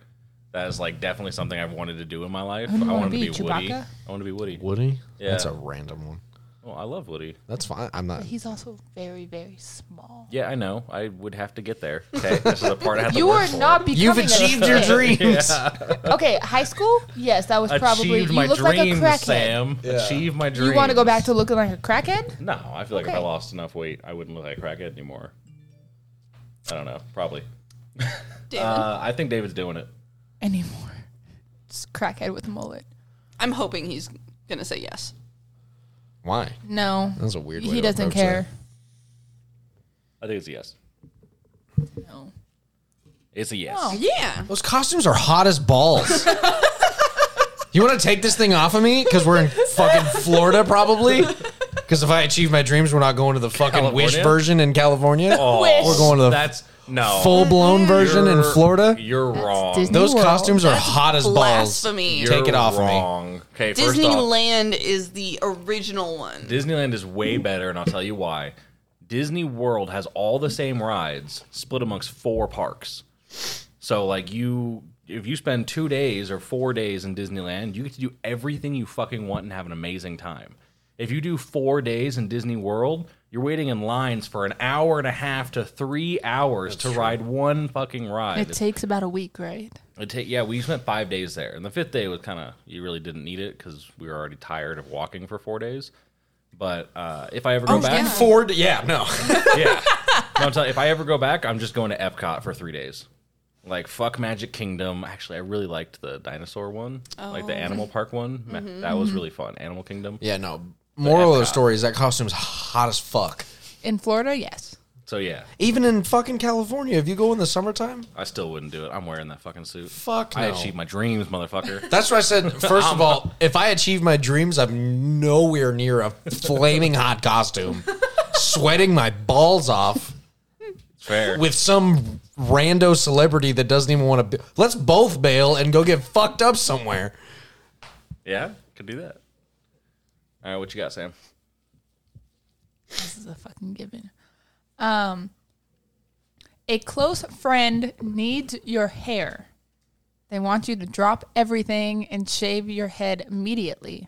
That is like definitely something I've wanted to do in my life. I
you wanna
wanted to be,
be?
Woody.
Chewbacca?
I want to be Woody.
Woody.
Yeah.
That's a random one.
Oh, I love Woody.
That's fine. I'm not.
He's also very, very small.
Yeah, I know. I would have to get there. Okay, this is a part I have to
You
work
are
for.
not becoming.
You've
a
achieved your
kid.
dreams.
Okay, high school. Yes, that was probably.
Achieved my
you look like a
dream,
crackhead.
Sam. Achieved my dream.
You want to go back to looking like a crackhead?
No, I feel like if I
Okay.
lost enough weight, I wouldn't look like a crackhead anymore. I don't know. Probably.
David,
Uh, I think David's doing it.
Anymore. Just crackhead with a mullet.
I'm hoping he's gonna say yes.
Why?
No.
That was a weird. Way
He
to
doesn't
approach
care.
I think it's a yes.
No.
It's a yes.
Oh.
Yeah.
Those costumes are hot as balls. you want to take this thing off of me? Because we're in fucking Florida, probably. Because if I achieve my dreams, we're not going to the fucking Wish
California?
version in California.
Wish.
We're going to the
Oh, That's no
full blown version in
You're-
Florida.
You're wrong.
Disney.
Those
New world.
costumes are
That's
hot as balls.
blasphemy.
Take it off of me.
wrong. Okay, first off,
Disneyland is the original one.
Disneyland is way better, and I'll tell you why. Disney World has all the same rides split amongst four parks. So like you if you spend two days or four days in Disneyland, you get to do everything you fucking want and have an amazing time. If you do four days in Disney World, you're waiting in lines for an hour and a half to three hours to ride one fucking ride.
It takes about a week, right?
It ta- yeah, we spent five days there, and the fifth day was kind of you really didn't need it because we were already tired of walking for four days. But uh, if I ever go back,
Ford, Oh, yeah, no.
yeah, no, I'm telling- if I ever go back, I'm just going to Epcot for three days. Like fuck Magic Kingdom. Actually, I really liked the dinosaur one, like
Oh.
the Animal Park one. Ma-
Mm-hmm.
That was really fun. Animal Kingdom.
yeah, no. Moral of the story is that costume's hot as fuck.
In Florida, yes.
So yeah,
Even in fucking California, if you go in the summertime,
I still wouldn't do it. I'm wearing that fucking suit.
fuck no.
I achieved my dreams, motherfucker.
That's what I said. First of all, if I achieve my dreams, I'm nowhere near a flaming hot costume, sweating my balls off
It's fair.
with some rando celebrity that doesn't even want to. Be- Let's both bail and go get fucked up somewhere.
yeah, could do that. All right, what you got, Sam?
This is a fucking given. Um, a close friend needs your hair. They want you to drop everything and shave your head immediately.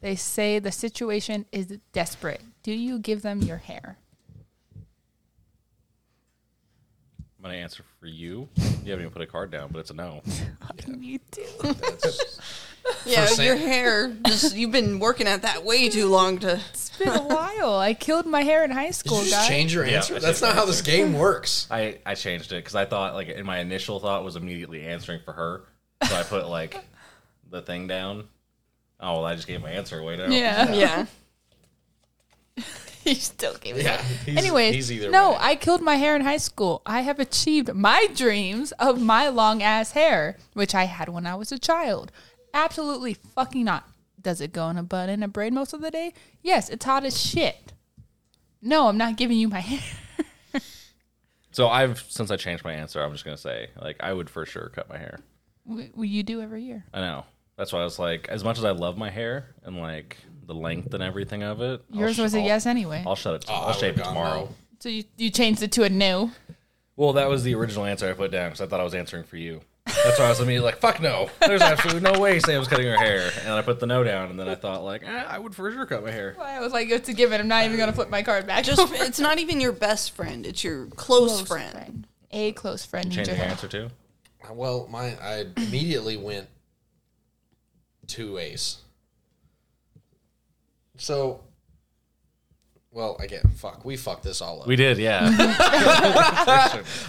They say the situation is desperate. Do you give them your hair?
I'm gonna answer for you. You haven't even put a card down, but it's a no.
You do.
Yeah,
Percent.
your hair. Just you've been working at that way too long to.
It's been a while. I killed my hair in high
Did
school,
you just
guys.
change your answer?
I
That's
changed
not how this game works.
I, I changed it because I thought like in my initial thought was immediately answering for her, so I put like the thing down. Oh well, I just gave my answer away now.
Yeah.
Yeah.
you still gave it.
Yeah. He's,
Anyways, no, I killed my hair in high school. I have achieved my dreams of my long ass hair, which I had when I was a child. Absolutely fucking not. Does it go in a bun and a braid most of the day? Yes, it's hot as shit. No, I'm not giving you my hair.
So I've since I changed my answer, I'm just gonna say like I would for sure cut my hair.
W- w- you do every year.
I know. That's why I was like, as much as I love my hair and like the length and everything of it, I'll
Yours
sh-
was a
I'll-
yes anyway.
I'll shut it.
Oh, I
I'll shave it
would've gone
tomorrow.
no.
so you, you changed it to a no.
Well, that was the original answer I put down because I thought I was answering for you. That's why I was immediately like, "Fuck no! There's absolutely no way Sam's cutting her hair." And I put the no down, and then I thought like, eh, "I would for sure cut my hair."
I was like, it's a given. I'm not even going to flip my card back.
Just it's not even your best friend. It's your close, friend.
A close friend. needs
Change
your
your
hair.
answer too.
Well, my I immediately went two ways. So, well, I get fuck. We fucked this all up.
We did, yeah.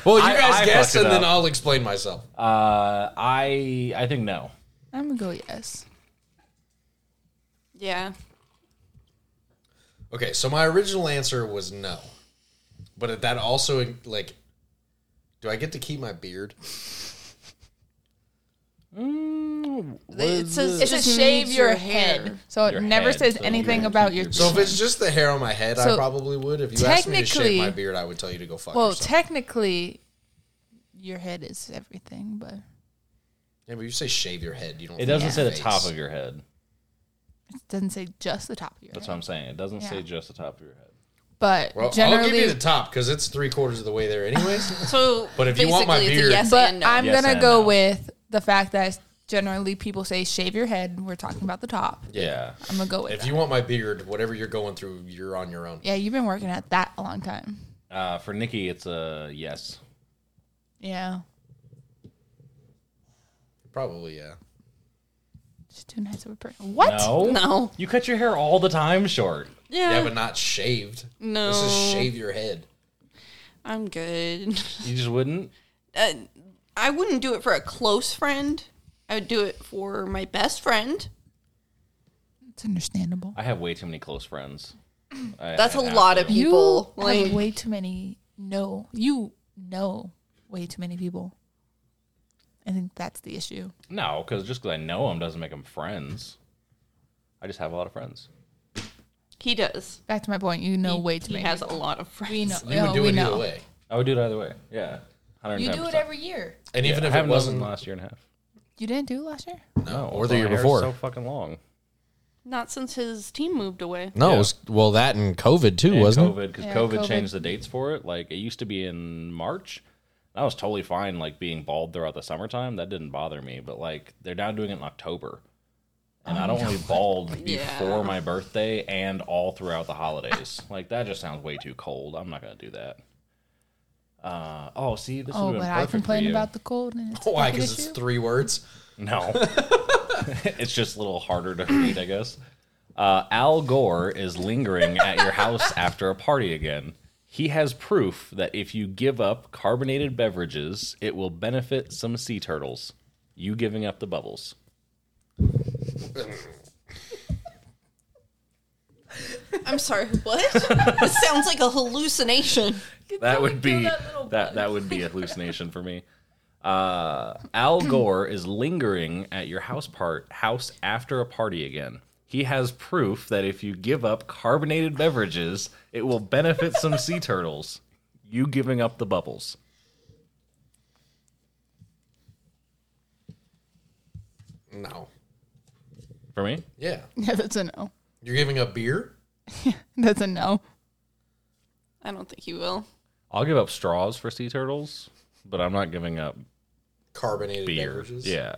well, you
I-
guys
I
guess,
fucked
and
it
then
up.
I'll explain myself.
uh, I I think no.
I'm going to go yes.
Yeah.
Okay, so my original answer was no, but that also like, do I get to keep my beard?
It says
It
just
says shave
needs
your, head. So it
Your
never
head,
says
so
anything
you-
about your.
So if it's just the hair on my head, I
So,
probably would. If you asked me to shave my
technically-
beard, I would tell you to go fuck
well,
yourself.
technically, your head is everything, but it
yeah, but you say shave your head, you don't.
It doesn't say the top of your head.
doesn't say just the top of your
That's what
head.
I'm saying. It doesn't
Yeah.
say just the top of your head.
But
Well, I'll give
generally,
you the top because it's three quarters of the way there, anyways.
So,
But if you want my
basically,
beard-
it's a yes
but
and no.
I'm
Yes
gonna
and
go
no.
with the fact that generally people say shave your head. We're talking about the top.
Yeah.
I'm gonna go with.
if
that.
you want my beard, whatever you're going through, you're on your own.
yeah, you've been working at that a long time.
Uh, for Nikki, it's a yes.
Yeah,
Probably, yeah.
just too nice of a person. What?
No.
no.
You cut your hair all the time short.
Yeah.
Yeah, but not shaved.
no.
This is shave your head.
I'm good.
You just wouldn't.
Uh, I wouldn't do it for a close friend. I would do it for my best friend.
It's understandable.
I have way too many close friends. I-
That's
I
a
have
lot
to.
of people.
you have
like
way too many. No, you know way too many people. I think that's the issue.
No, because just because I know them doesn't make them friends. I just have a lot of friends.
He does.
Back to my point. You know
he,
way too
he
many.
has a
people.
lot of friends.
We know.
You
no,
would do
we
it
know.
either way.
I would do it either way. Yeah. 110%.
You do it every year.
And even
Yeah,
if
I
it
haven't done
wasn't
them last year and a half.
You didn't do it last year.
No,
or the
my
year
hair is
before.
So fucking long.
Not since his team moved away.
No,
Yeah.
it was, well that and COVID too, wasn't
COVID because
Yeah,
COVID,
COVID.
changed the dates for it. Like it used to be in March. I was totally fine like being bald throughout the summertime. That didn't bother me. But like they're now doing it in October, and I don't want to be bald
Yeah.
before my birthday and all throughout the holidays. like that just sounds way too cold. I'm not gonna do that. Uh, oh, see, this
Oh,
would have
but
been
I
perfect for
complain
you.
about the cold and it's
it? Why?
fucking
Because Oh, it's
issue?
three words.
No. it's just a little harder to read, I guess. Uh, Al Gore is lingering at your house after a party again. He has proof that if you give up carbonated beverages, it will benefit some sea turtles. You giving up the bubbles.
I'm sorry, what? it sounds like a hallucination.
that would be
that little
that, that would be a hallucination for me. Uh, Al Gore is lingering at your house part house after a party again. He has proof that if you give up carbonated beverages, it will benefit some sea turtles. You giving up the bubbles.
No.
For me?
Yeah.
Yeah, that's a no.
You're giving up beer?
That's a no.
I don't think he will.
I'll give up straws for sea turtles, but I'm not giving up
Carbonated
beer.
beverages?
Yeah.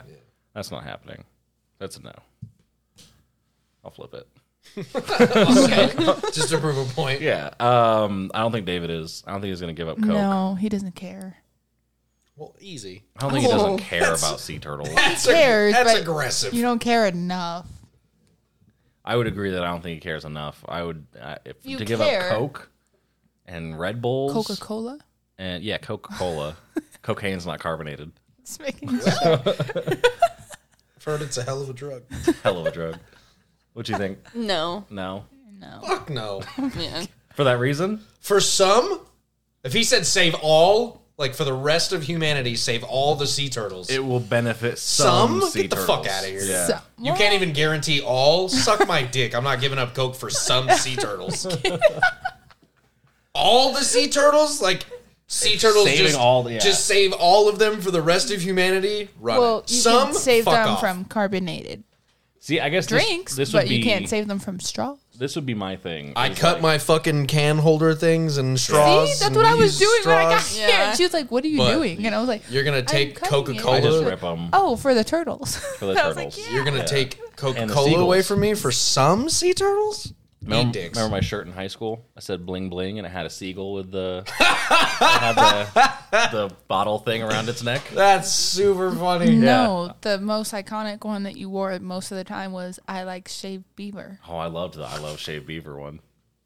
That's not happening. That's a no. I'll flip it.
Just to prove a point.
Yeah. Um I don't think David is. I don't think he's gonna give up Coke.
No, he doesn't care.
Well, easy.
I don't think he doesn't
Oh,
care about sea turtles.
That's,
cares,
that's
but-
aggressive.
You don't care enough.
I would agree that I don't think he cares enough. I would uh, if,
You
to give
care.
up Coke and Red Bulls,
Coca Cola.
and yeah, Coca Cola. Cocaine's not carbonated.
Just making sure.
I've heard it's a hell of a drug.
Hell of a drug. What do you think?
No.
No,
no.
Fuck no.
Yeah.
for that reason,
For some, if he said save all, like for the rest of humanity, save all the sea turtles.
it will benefit some.
some?
sea
Get the
turtles.
fuck out of here.
Yeah.
So,
You can't even guarantee all. Suck my dick. I'm not giving up Coke for some sea turtles. all the sea turtles? Like sea turtles
saving
just,
all the- yeah.
just save all of them for the rest of humanity? Run.
well,
it.
you
some
can save
fuck
them
off.
from carbonated
See, I guess this-
drinks,
This, would
but
be
you can't save them from straws.
this would be my thing.
I
is
cut
like-
my fucking can holder things and straws.
See, that's
and
what I was
reused
doing when I got
straws.
here.
Yeah.
And she was like, "What are you
But
doing?" And I was like,
You're gonna take
cutting it.
Coca
I just
Cola.
rip them.
"Oh, for the turtles."
For the
I was like,
turtles.
"Yeah."
You're gonna take Coca
And the
Cola away
seagulls.
from me for some sea turtles? Eat
Remember,
dicks.
remember my shirt in high school? I said bling bling, and I had a seagull with the, I had the, the bottle thing around its neck.
That's super funny.
No, the most iconic one that you wore most of the time was "I like shaved beaver."
Oh, I loved the I love shaved beaver one.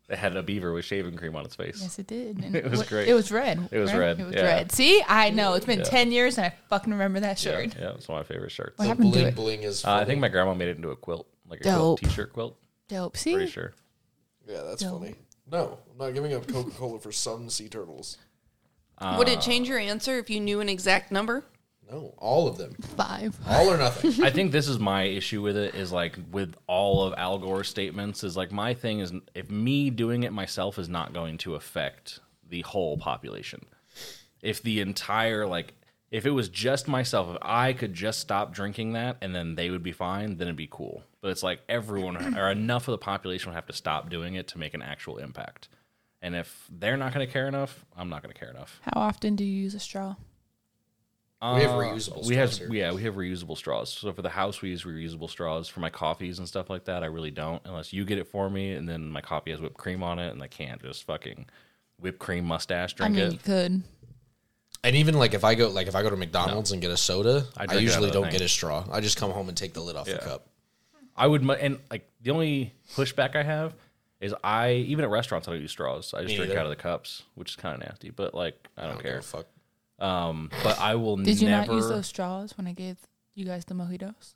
It had a beaver with shaving cream on its face.
Yes, it did. And
It was
what-
great.
It was red.
It was
right?
red,
It was
yeah.
red. See, I know it's been ten years, and I fucking remember that
Yeah,
shirt.
yeah, it's one of my favorite shirts.
What
Uh,
happened to
Bling
it?
bling is.
I
Funny.
think my grandma made it into a quilt, like a quilt
Dope.
t-shirt quilt.
Dope. See,
Pretty sure.
Yeah, that's
No.
funny. No, I'm not giving up Coca Cola for some sea turtles. Uh,
Would it change your answer if you knew an exact number?
No, all of them,
five.
all or nothing.
I think this is my issue with it is like with all of Al Gore's statements is like my thing is if me doing it myself is not going to affect the whole population. If the entire like if it was just myself, if I could just stop drinking that and then they would be fine, then it'd be cool. But it's like everyone or enough of the population would have to stop doing it to make an actual impact. And if they're not going to care enough, I'm not going to care enough.
How often do you use a straw?
We have
Uh,
reusable
We have
straws here.
yeah, we have reusable straws. So for the house, we use reusable straws. For my coffees and stuff like that, I really don't, unless you get it for me, and then my coffee has whipped cream on it, and I can't just fucking whipped cream mustache
I
drink
mean,
it.
you could.
And even like if I go like if I go to McDonald's and get a soda, I,
drink it out
usually
of the
don't
thing.
get a straw. I just come home and take the lid off the cup.
I would, mu- and like the only pushback I have is I even at restaurants I don't use straws. I just drink
either. Oh,
out of the cups, which is kind of nasty. But like I don't,
I don't give
care.
a fuck.
Um, but I will
Did you
never.
not use those straws when I gave you guys the mojitos?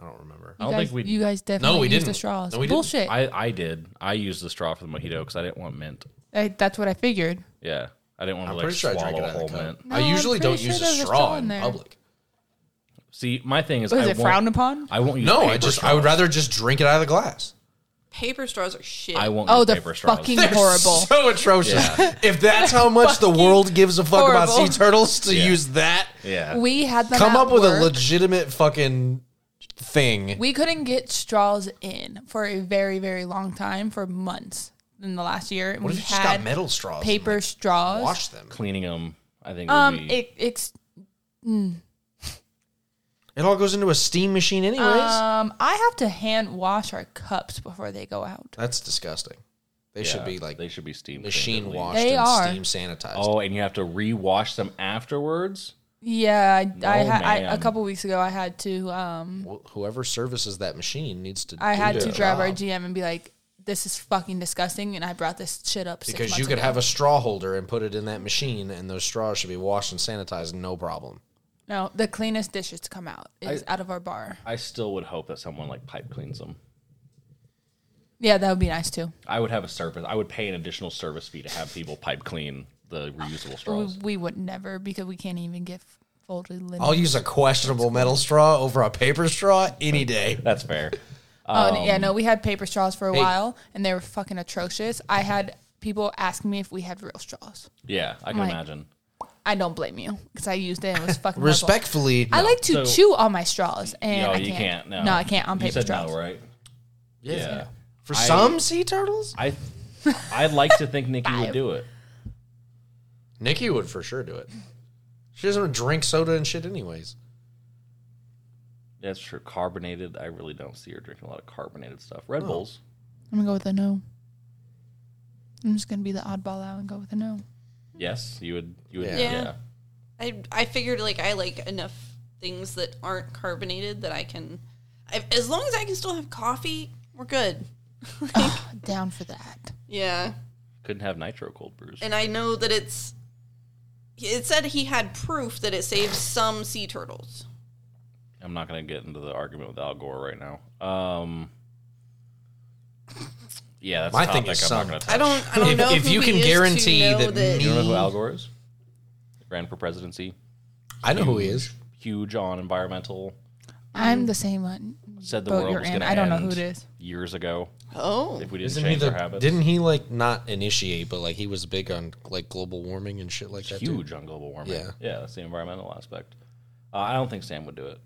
I don't remember.
I don't
you guys,
think we.
You guys definitely used
didn't.
the straws.
No, we didn't.
Bullshit.
I I did. I used the straw for the mojito because I didn't want mint.
I, that's what I figured.
Yeah. I didn't want to
I'm
like
pretty sure I drank
swallow
it
a
out
whole
of a cup.
mint.
No,
I
I'm
usually
pretty
don't
sure
use a
there's a
straw
straw
in
in there.
public.
See, my thing is,
Was
I
it
won't-
frowned upon?
I won't use.
No, I
paper
just I
straws.
would rather just drink it out of the glass.
Paper straws are shit.
I won't.
Oh,
use
they're
paper straws.
fucking
They're
horrible.
So atrocious. If that's how much the world gives a fuck about sea
horrible.
turtles to
Yeah.
use that,
Yeah.
we had them
come
at
up with a
work.
legitimate fucking thing.
We couldn't get straws in for a very, very long time, for months in the last year.
what
we
if you just
had
got metal straws?
paper
And
straws.
wash them.
cleaning them. I think.
um,
would be,
it, it's
It all goes into a steam machine, anyways.
um, I have to hand wash our cups before they go out.
that's disgusting. They should
yeah,
be like
they should be steam cleaned at
machine
least.
washed
They
and
are.
steam sanitized.
Oh, and you have to rewash them afterwards.
Yeah, I, I,
No,
had I, a
ma'am.
couple weeks ago. I had to um,
Well, whoever services that machine needs to.
I
do
had
their
to drive our
job.
GM and be like, "This is fucking disgusting," and I brought this shit up six
Because
months
you could
ago.
have a straw holder and put it in that machine, and those straws should be washed and sanitized, no problem.
No, the cleanest dishes to come out is out of our bar.
I still would hope that someone like pipe cleans them.
Yeah, that would be nice too.
I would have a service. I would pay an additional service fee to have people pipe clean the reusable
We,
straws.
we would never because we can't even get folded linen.
I'll use a questionable metal straw over a paper straw any day.
That's fair.
Oh and-
Um,
yeah, no, we had paper straws for a
Hey.
while, and they were fucking atrocious. I had people asking me if we had real straws.
Yeah, I can
Like-
imagine.
I don't blame you because I used it and it was fucking horrible.
Respectfully,
I like to
So-
chew on my straws, and
No,
eh, I
you
can't.
can't. No,
I can't on
You
paper
said
straws.
No, right?
yeah.
yeah.
For some sea turtles,
I I'd like to think Nikki would do it.
Nikki would for sure do it. She doesn't drink soda and shit, anyways.
That's true. Carbonated. I really don't see her drinking a lot of carbonated stuff.
Oh.
Red Bulls.
I'm gonna go with a no. I'm just gonna be the oddball out and go with a no.
Yes, you would. You would.
Yeah.
Yeah.
Yeah. I I figured like I like enough things that aren't carbonated that I can, I, as long as I can still have coffee, we're good.
Down for that.
Yeah,
Couldn't have nitro cold brews.
and I know that it's. It said he had proof that it saves some sea turtles.
I'm not going to get into the argument with Al Gore right now. Um. Yeah, that's
My
a
thing
topic
is
I'm
some-
not going to touch.
I don't. I don't
If-
know
if
Oh, who
you
he
can
is to
guarantee
know
that
You don't know who
me-
Al Gore is? Ran for presidency.
I know who he is.
Huge on environmental.
I'm the same one.
Said the
Boat
world
you're
was
in.
going to
I don't know who it is.
Years ago,
Oh,
if we didn't
Isn't he
change
the?
our habits,
Didn't he like not initiate, but like he was big on like global warming and shit like that? too?
huge on global warming.
Yeah.
yeah, that's the environmental aspect. Uh, I don't think Sam would do it.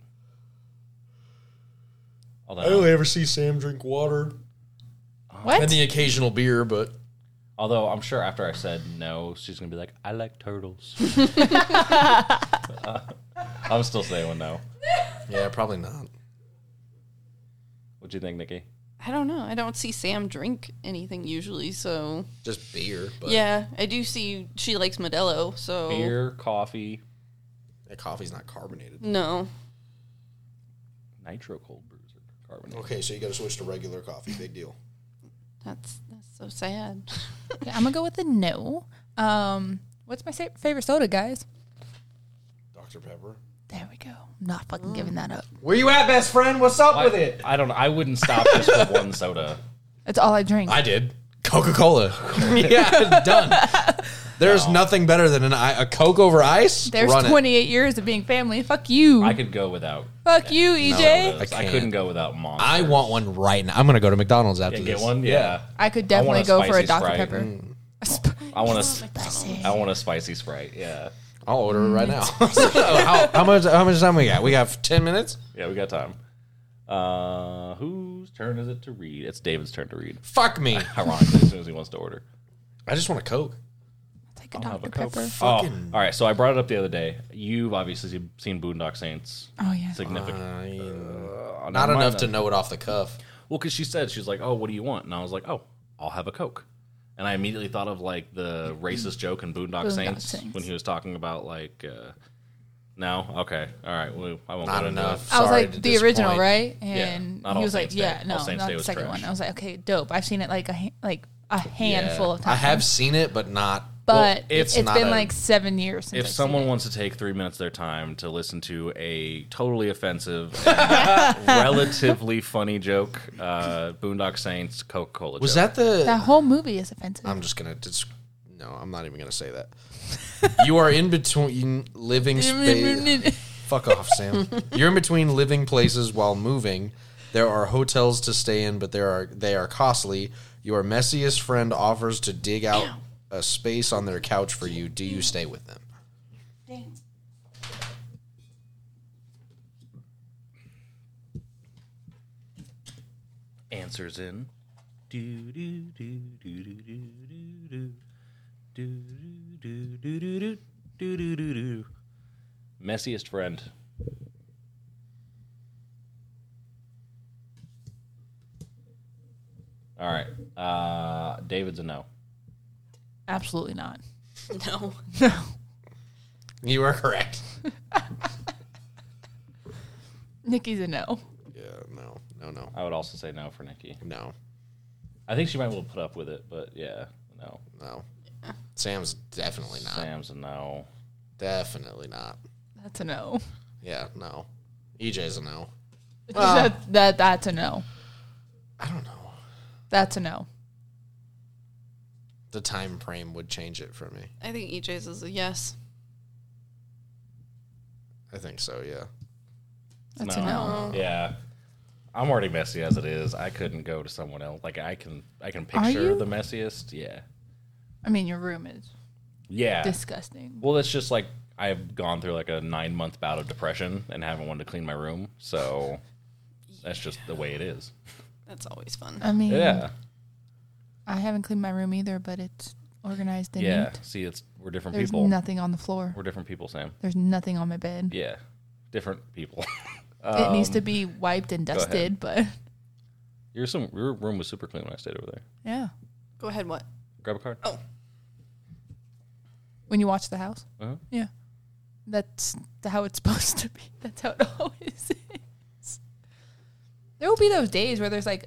Although
I only ever see Sam drink water and
What?
the occasional beer, but
Although I'm sure after I said no, she's gonna be like, "I like turtles." I'm still saying no.
yeah, probably not.
What do you think, Nikki?
I don't know. I don't see Sam drink anything usually, so
Just beer, but
yeah, I do see she likes Modelo. So
Beer, coffee,
that coffee's not carbonated.
no,
nitro cold brews, or carbonated.
Okay, so you got to switch to regular coffee. Big deal.
that's that's so sad.
Okay, I'm gonna go with a no. Um, what's my sa- favorite soda, guys?
Dr. Pepper.
There we go. Not fucking giving that up.
Where you at, best friend? What's up with
I, I don't. I wouldn't stop just for one soda.
That's all I drink.
I did. Coca Cola. yeah, done. There's nothing better than an, i- a Coke over ice.
There's
Run it.
28 years of being family. Fuck you.
I could go without.
Fuck you, E EJ.
sodas. I,
can't.
couldn't go without monster.
I want one right now. I'm gonna go to McDonald's after
Yeah,
this.
get one. Yeah,
I could
I want
definitely
a
go for
spicy
a Dr.
Sprite. Mm.
Pepper. A sp-
I want a. s- I want a spicy sprite. Yeah,
I'll order it right now. So, how, how much? How much time we got? We got ten minutes.
yeah, we got time. Uh, whose turn is it to read? It's David's turn to read.
Fuck me.
Ironically, as soon as he wants to order.
I just want a Coke.
Take a
have
Dr.
a Coke.
Pepper.
Oh,
Fucking-
all right. So I brought it up the other day. You've obviously seen- seen Boondock Saints.
Oh, yeah.
Significant.
I mean,
Uh,
not
never mind
enough
that.
to know it off the cuff.
Well, because she said she's like, "Oh, what do you want?" And I was like, "Oh, I'll have a Coke." And I immediately thought of like the racist joke in Boondock,
Boondock
Saints,
Saints.
when he was talking about like, uh, "No, okay, all right, well, I won't."
Not
go into
enough.
it."
I was
Sorry
like
to
the original,
disappoint.
right? And
not
he
all
was like,
Saints Day.
yeah, no,
All Saints
not
Day
the
was
second
trash.
one. I was like, okay, dope. I've seen it like a ha- like a handful of
Yeah.
times.
I have seen it, but not.
but
well,
it's, it's
not
been
a-
like seven years since
If
I've
someone wants to take three minutes of their time to listen to a totally offensive, and relatively funny joke, uh, Boondock Saints Coca Cola.
was
joke.
that the?
seen it. that whole movie is offensive.
I'm just gonna. Just, no, I'm not even gonna say that. You are in between living space. Fuck off, Sam. You're in between living places while moving. There are hotels to stay in, but there are they are costly. Your messiest friend offers to dig out a space on their couch for you. Do you stay with them?
Answers in. Do, do, do, do, do, do, do, do. Do, do, do, do, do, do, do, do, do. Messiest friend. All right. Uh, David's a no.
Absolutely not.
No.
You are correct.
Nikki's a no.
Yeah, no, no, no,
I would also say no for Nikki.
no,
I think she might well put up with it, but yeah, no.
no. Sam's definitely not.
Sam's a no.
Definitely not.
That's a no.
Yeah, no. EJ's a no.
that, that that's a no.
I don't know.
That's a no.
The time frame would change it for me.
I think EJ's is a yes.
I think so. Yeah.
That's
No.
a no.
Yeah. I'm already messy as it is. I couldn't go to someone else. Like I can I can
Are
picture
you?
the messiest. Yeah.
I mean, your room is
Yeah.
disgusting.
well, it's just like I've gone through like a 9-month bout of depression and haven't wanted to clean my room. So that's just the way it is.
That's always fun.
I mean,
Yeah.
I haven't cleaned my room either, but it's organized and
Yeah.
neat.
See, it's we're different
There's
people.
nothing on the floor.
we're different people, Sam.
There's nothing on my bed.
Yeah. Different people.
it needs to be wiped and
um, ahead.
dusted, but
your some your room was super clean when I stayed over there.
yeah.
Go ahead, what?
Grab a card.
Oh,
When you watch the house,
Uh-huh.
yeah, that's how it's supposed to be. That's how it always is. There will be those days where there's like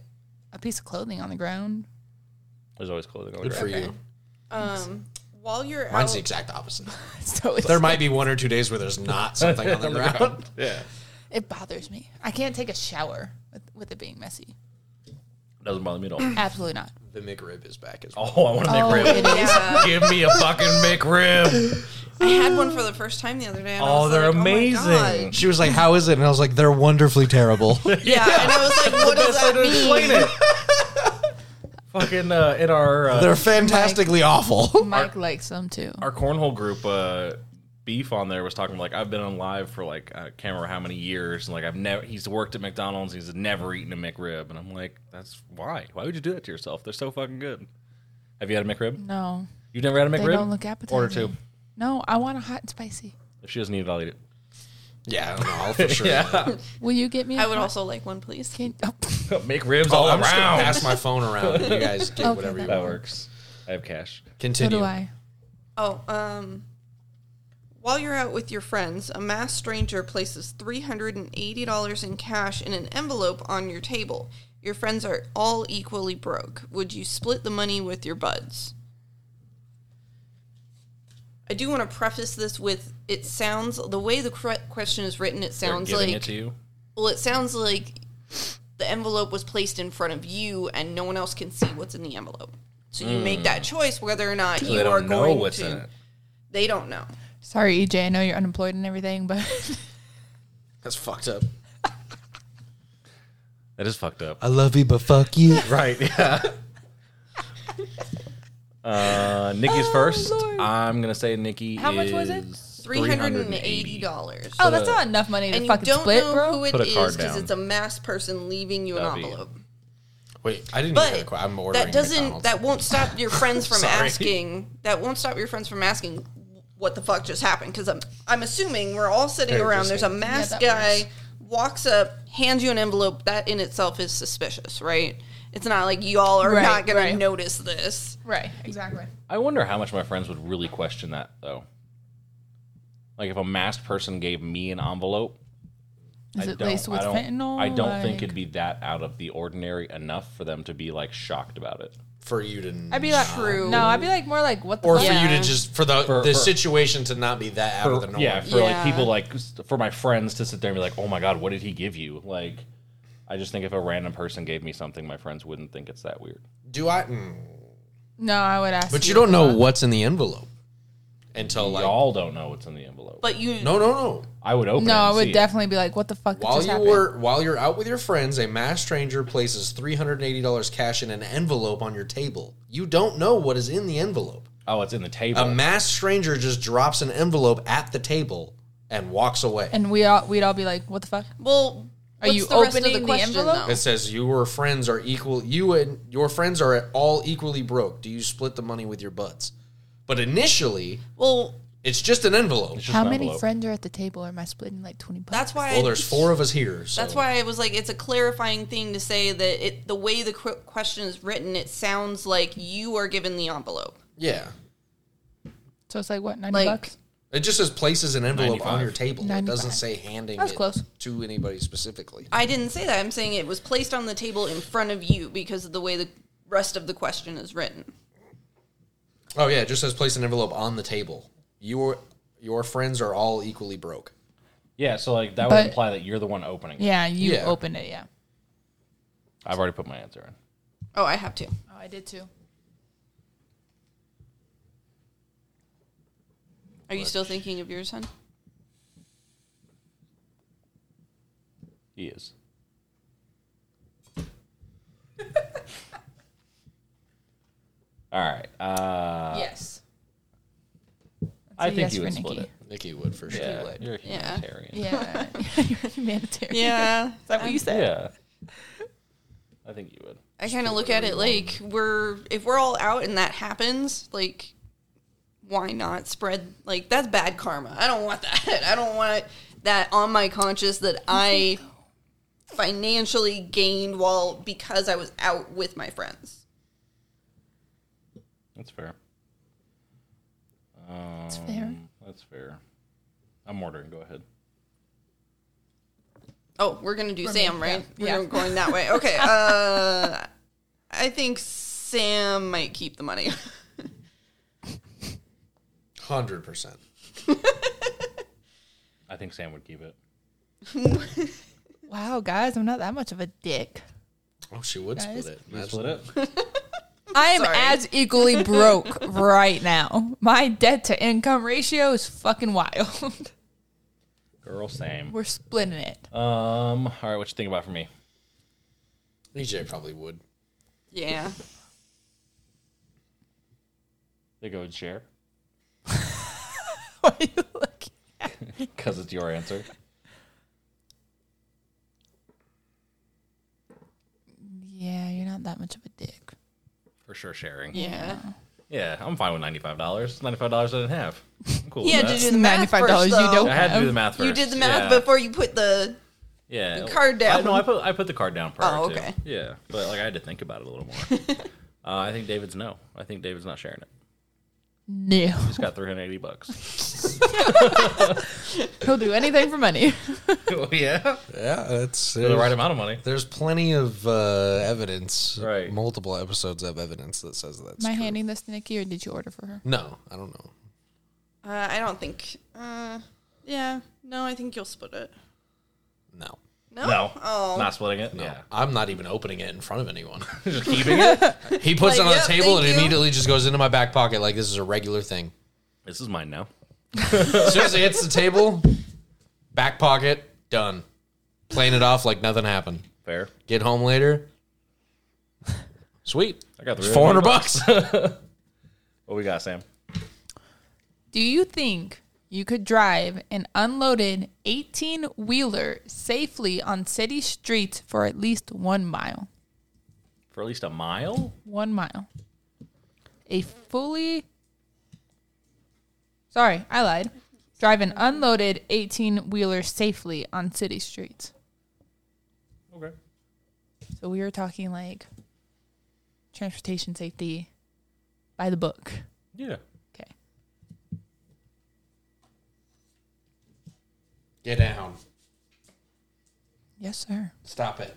a piece of clothing on the ground.
There's always clothing on the
Good for
ground.
you.
um, while you're
Mine's
E
the
out,
exact opposite.
So it's,
There might be one or two days where there's not something on the ground.
Yeah.
it bothers me. I can't take a shower with, with it being messy.
Doesn't bother me at all.
Absolutely not.
The McRib is back as well.
Oh, I want to make
Oh,
rib.
it is.
yeah,
Give me a fucking McRib.
I had one for the first time the other day. And I
Oh,
was
they're
like, my
amazing.
God."
She was like, "How is it?" And I was like, "They're wonderfully terrible."
Yeah, and I was like, what does that mean?
Explain it. fucking uh, in our uh,
They're fantastically awful.
Mike likes them too.
our cornhole group, uh, beef on there was talking like I've been on live for like I can't remember how many years, and like I've never he's worked at McDonald's, he's never eaten a McRib, and I'm like, that's why? Why would you do that to yourself? They're so fucking good. Have you had a McRib?
No,
You've never had a
they
McRib?
don't look appetizing.
Order two.
No, I want a hot and spicy.
If she doesn't eat it, I'll eat it.
Yeah, I don't know. I'll for sure.
Will you get me? a
I would
hot-
also like one, please.
Can, oh,
McRibs
Oh,
all
I'm just gonna
around.
pass my phone around. And you guys get
Okay,
whatever you
that
that
want.
works. I have cash.
so
Continue.
do I.
Oh, um, while you're out with your friends, a masked stranger places $380 in cash in an envelope on your table. Your friends are all equally broke. Would you split the money with your buds? I do want to preface this with it sounds the way the cre- question is written it
They're
sounds
giving
like
it to you.
well it sounds like the envelope was placed in front of you and no one else can see what's in the envelope. So you make that choice whether or not you
Hmm. They
are
don't know
going
what's
to
in it.
they don't know.
Sorry, EJ. I know you're unemployed and everything, but
That's fucked up.
That is fucked up.
I love you, but fuck you.
Right. Yeah. uh, Nikki's first. I'm gonna say Nikki.
Oh, How much was it?
is
Three hundred and eighty dollars.
oh,
Uh,
that's not enough money to
and you
fucking
don't
split,
know
bro.
who it
Put a
is
card
because
down.
it's a masked person leaving you an
That'd be-
envelope.
Wait, I didn't.
But
even get a, I'm ordering
that doesn't
McDonald's.
that won't stop your friends from
Sorry.
asking. That won't stop your friends from asking what the fuck just happened because I'm I'm assuming we're all sitting
Very
around. There's a
interesting.
masked
Yeah,
guy
that
walks up, hands you an envelope. That in itself is suspicious, right? It's not like y'all are
Right,
not going
right.
to notice this.
Right, exactly.
I wonder how much my friends would really question that though. Like if a masked person gave me an envelope,
Is
I
it
don't-
laced with
I don't,
fentanyl?
I don't think
Like-
it'd be that out of the ordinary enough for them to be like shocked about it.
for you to.
I'd be like,
True.
no, I'd be like more like, what the
or
fuck?
for you
Yeah.
to just for the
For-
the
for-
situation to not be that out of the
For-
norm.
yeah, for like
Yeah.
people like for my friends to sit there and be like, "Oh my god, what did he give you?" Like, I just think if a random person gave me something, my friends wouldn't think it's that weird.
Do I? mm.
No, I would ask.
But you don't know what's in the envelope, and until like
Y'all don't know what's in the envelope.
But you
no, no, no.
I would open.
No,
it and
I
see
would
it.
definitely be like, what the fuck
While
just
you
happened?
were while you're out with your friends, a mass stranger places three hundred and eighty dollars cash in an envelope on your table. You don't know what is in the envelope.
Oh, it's in the table.
A mass stranger just drops an envelope at the table and walks away.
and we all, we'd all be like, what the fuck?
well.
Are
what's
you
the rest of
opening the
question,
envelope?
though?
It says your friends are equal. You and your friends are all equally broke. Do you split the money with your butts? But initially,
Well,
it's just an envelope.
It's just
How
an
many
envelope.
friends are at the table? Or am I splitting like 20 bucks?
that's why.
Well,
I-
there's four of us here. So.
That's why I was like, it's a clarifying thing to say that it the way the qu- question is written, it sounds like you are given the envelope.
Yeah.
so it's like, what, 90
Like-
bucks?
It just says places an envelope on
95.
your table. It
95.
doesn't say handing
That's
it
close.
to anybody specifically.
I didn't say that. I'm saying it was placed on the table in front of you because of the way the rest of the question is written.
Oh yeah, it just says place an envelope on the table. Your your friends are all equally broke.
Yeah, so like that
But-
would imply that you're the one opening. it.
Yeah, you
Yeah.
opened it, yeah.
I've already put my answer in.
Oh, I have to.
Oh, I did too.
Are you still thinking of yours, son?
He is. All right. Uh,
yes.
I
a
think
yes
you
for
would split
Nikki.
it.
Nikki would for sure.
Yeah,
Would.
you're a
Yeah.
humanitarian.
Yeah. You're a humanitarian.
Yeah.
Is that what you said?
Yeah. I think you would.
I kind of look at it like we're if we're all out and that happens, like why not spread like that's bad karma. I don't want that. I don't want that on my conscience that I financially gained while because I was out with my friends.
That's fair. Mm,
It's fair.
That's fair. I'm ordering. Go ahead.
Oh, we're gonna do Sam, right?
yeah.
We're going that way. Okay. Uh, I think Sam might keep the money.
Hundred percent.
I think Sam would keep it.
Wow, guys, I'm not that much of a dick.
Oh, she would
Guys.
split it.
You
That's-
split it?
I am
Sorry.
as equally broke right now. My debt to income ratio is fucking wild.
Girl, same.
We're splitting it.
Um. All right. What you think about for me?
EJ probably would.
yeah.
They go and share
Why are you looking?
because it's your answer.
Yeah, you're not that much of a dick.
For sure, sharing. Yeah,
Yeah.
I'm fine with ninety-five dollars. Ninety-five dollars I didn't have. I'm cool.
Yeah,
with that.
did you do the math first,
$95 you
though.
don't
I had to do
have-
the math first.
You did the math
yeah.
before you put the
Yeah,
card
I,
down.
no, I put I put the card down prior.
Oh,
to.
okay.
Yeah, but like I had to think about it a little more. uh, I think David's no. I think David's not sharing it.
No.
He's got three hundred eighty bucks.
He'll do anything for money.
oh yeah,
Yeah, that's
for the right amount of money.
There's plenty of uh, evidence.
Right.
Multiple episodes of evidence that says that's
Am I
true.
handing this to Nikki or did you order for her?
No, I don't know.
Uh, I don't think. Uh, yeah. No, I think you'll split it.
No.
No.
No,
Oh.
not splitting it. Yeah,
I'm not even opening it in front of anyone.
just keeping it.
He puts it on
yep,
the table
thank
and
you.
immediately just goes into my back pocket like this is a regular thing.
This is mine now.
As soon as it hits the table, back pocket, done. Playing it off like nothing happened.
Fair.
Get home later. Sweet.
I got the
It's 400 bucks.
What we got, Sam?
Do you think you could drive an unloaded 18 wheeler safely on city streets for at least one mile?
For at least a mile.
One mile. A fully. Sorry, I lied. Drive an unloaded 18 wheeler safely on city streets.
Okay.
So we were talking like transportation safety by the book.
Yeah.
Okay.
Get down.
Yes, sir.
Stop it.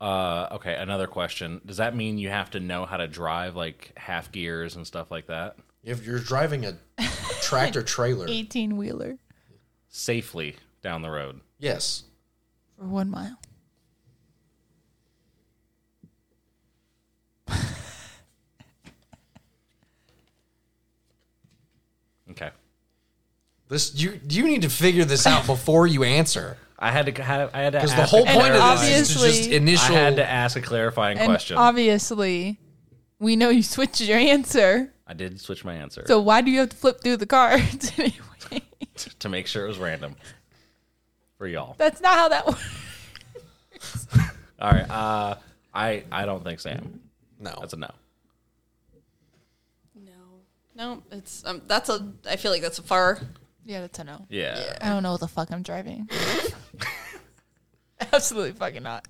Uh, okay, another question. Does that mean you have to know how to drive like half gears and stuff like that
If you're driving a tractor trailer,
18 wheeler
safely down the road?
yes.
for one mile.
This you you need to figure this out before you answer
I had to have. I had to.
because the
ask
whole
a
point of
clarifying-
this is to just
obviously-
initial.
I had to ask a clarifying
And
question.
obviously, we know you switched your answer.
I did switch my answer
So why do you have to flip through the cards anyway?
to make sure it was random for y'all.
That's not how that works.
All right. Uh, I I don't think Sam.
no,
That's a no.
No, no, it's um, that's a. I feel like that's a far.
Yeah, that's a no.
Yeah.
I don't know what the fuck I'm driving. Absolutely fucking not.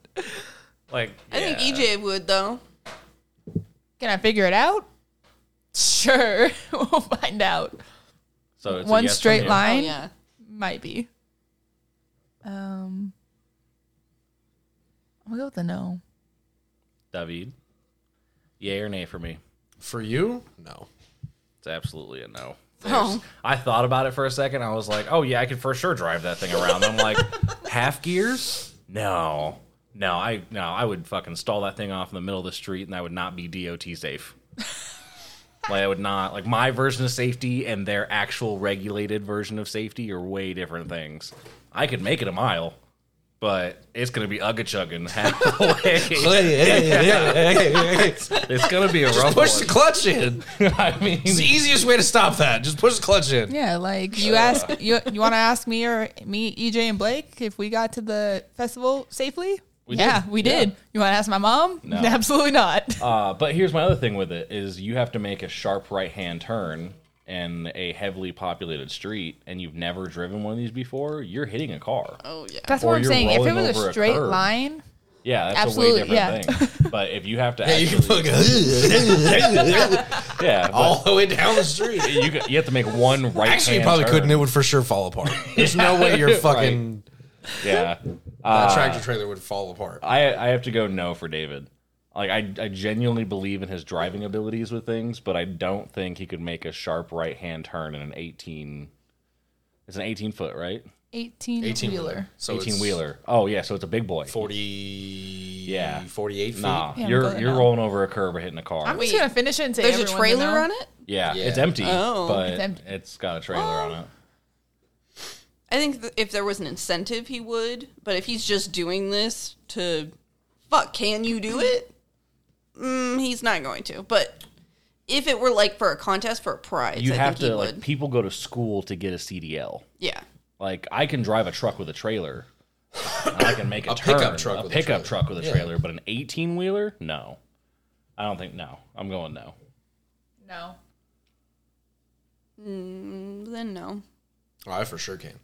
Like
I think
yeah.
EJ would though.
Can I figure it out? Sure. we'll find out.
So it's a
One
yes from
straight
you.
Oh,
line
yeah.
might be. Um I'm gonna go with the no.
David. Yay or nay for me?
for you, no.
It's absolutely a no.
Oh.
I thought about it for a second. I was like, oh yeah, I could for sure drive that thing around. I'm like, half gears? No. No, I no, I would fucking stall that thing off in the middle of the street and that would not be DOT safe. like I would not like my version of safety and their actual regulated version of safety are way different things. I could make it a mile, but it's gonna be ugga chugging half the way. it's gonna be a rough
Push the
one.
clutch in.
I mean
It's the easiest way to stop that. Just push the clutch in.
Yeah, like you ask you you wanna ask me or me, EJ and Blake if we got to the festival safely?
We
yeah,
did.
we
Yeah.
did. You wanna ask my mom? Absolutely not.
Uh, but here's my other thing with it is you have to make a sharp right hand turn in a heavily populated street and you've never driven one of these before, you're hitting a car.
Oh yeah.
That's
Or
what I'm
you're
saying. If it
rolling
was
over
a
a
straight
curb.
line,
Yeah, that's a way
Absolutely,
different thing. But if you have to
Yeah, you can
actually,
fucking
yeah, but
all the way down the street.
you, can- you have to make one right
Actually, you
hand
probably
turn.
couldn't. It would for sure fall apart. There's no way your fucking
Yeah.
uh, tractor trailer would fall apart.
I I have to go no for David. Like I I genuinely believe in his driving abilities with things, but I don't think he could make a sharp right hand turn in an 18 It's an 18 foot, right?
18, wheeler.
So
18
it's
wheeler. Oh yeah, so it's a big boy.
40,
Yeah.
48 feet.
Nah,
Yeah,
you're
but
you're
no.
rolling over a curb or hitting a car.
I'm just
Wait,
gonna finish it and say
There's a
everyone to
trailer
know.
on it.
yeah,
Yeah.
it's empty,
Oh.
but
It's empty.
it's got a trailer on it.
I think th- if there was an incentive, he would. But if he's just doing this to, fuck, can you do it? Mm, he's not going to. But if it were like for a contest for a prize,
You
I
have
think he
to like
would.
people go to school to get a CDL.
Yeah.
Like I can drive a truck with a trailer. And I can make a,
A pickup
turn,
truck
a
with a
pickup
trailer.
truck with a
Yeah.
trailer, but an 18 wheeler? No. I don't think no. I'm going no.
No.
Mm, then no.
Oh, I for sure can.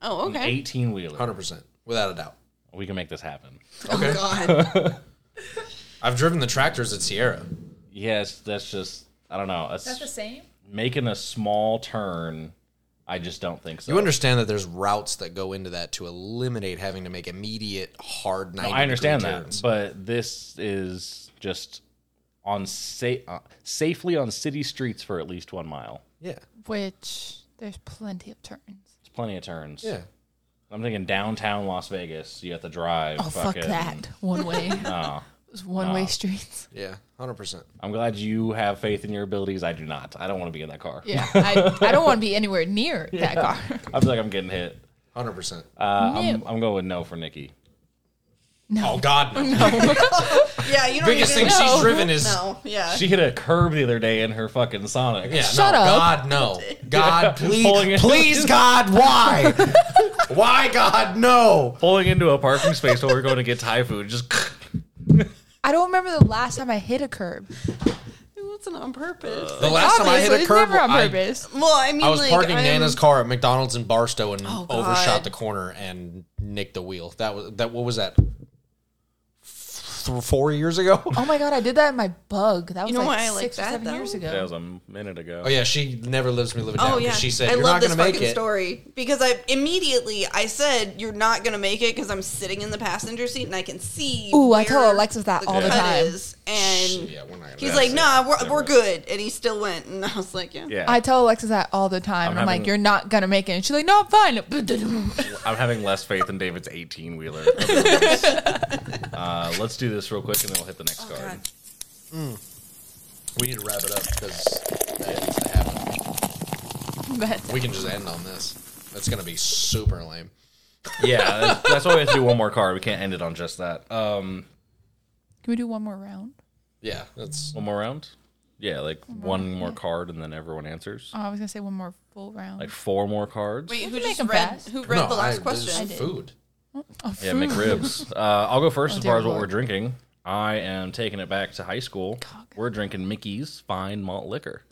Oh,
An
okay.
18 wheeler.
100%. Without a doubt.
We can make this happen.
Okay.
God.
I've driven the tractors at Sierra.
Yes, that's just I don't know. That's
same?
making a small turn. I just don't think so.
You understand that there's routes that go into that to eliminate having to make immediate hard 90
I understand
degree
that,
turns.
but this is just on sa- uh, safely on city streets for at least one mile.
Yeah.
Which there's plenty of turns.
It's plenty of turns.
Yeah.
I'm thinking downtown Las Vegas. You have to drive.
Oh fuck
fucking-
that. One way.
No.
Those one way streets.
Yeah. 100%.
I'm glad you have faith in your abilities. I do not. I don't want to be in that car.
Yeah. I, I don't want to be anywhere near that car.
I feel like I'm getting hit.
100%.
Uh, I'm, I'm going with no for Nikki.
Oh, God. No.
yeah, you don't
Biggest
even
thing
know.
she's driven is.
No, yeah.
She hit a curb the other day in her fucking Sonic.
Yeah,
Shut
no,
up.
God, no. God,
Pulling
please.
it.
Please, God, why? why, God, no?
Pulling into a parking space while we're going to get Thai food. Just
I don't remember the last time I hit a curb.
it wasn't on purpose.
The last time I hit a
it's
curb,
never on
I-
purpose.
well, I mean,
Uh, I was
like,
parking
I'm-
Nana's car at McDonald's in Barstow and
Oh, God.
overshot the corner and nicked the wheel. That was that. What was that? Th- four years ago.
oh my god, I did that in my bug. That was
know
like
why I
six
like
or
that,
seven
though?
years ago.
that was a minute ago.
Oh yeah, she never lives me live it down.
Oh
'cause
yeah,
She said
I
you're
love
not
this
gonna make
fucking
it.
story because I immediately I said you're not gonna make it because I'm sitting in the passenger seat and I can see.
Ooh, I tell
where
Alexis that
the
all the
cut
time.
is, and
Yeah, we're not gonna
he's
make
like,
it.
"Nah, we're, we're good," and he still went, and I was like, "Yeah,
Yeah.
I tell Alexis that all the time. and I'm
having-
like, you're not gonna make it. And she's like, no, I'm fine.
I'm having less faith in David's 18 wheeler. uh, let's do this real quick and then we'll hit the next card.
God.
we need to wrap it up because that needs to happen.
But
We can just end on this. That's gonna be super lame.
Yeah, that's, that's why we have to do one more card. We can't end it on just that. Um,
can we do one more round?
Yeah, that's
one more round. Yeah, like one more card, and then everyone answers.
Oh, I was gonna say one more full round.
Like four more cards.
Wait,
can
who
make
just
'em
read?
fast.
Who read
No,
the last
I- this is
question?
did.
food.
oh,
Yeah,
food.
McRibs. Uh, I'll go first as
dear
far as what
Lord.
we're drinking. I am taking it back to high school. We're drinking Mickey's Fine Malt Liquor,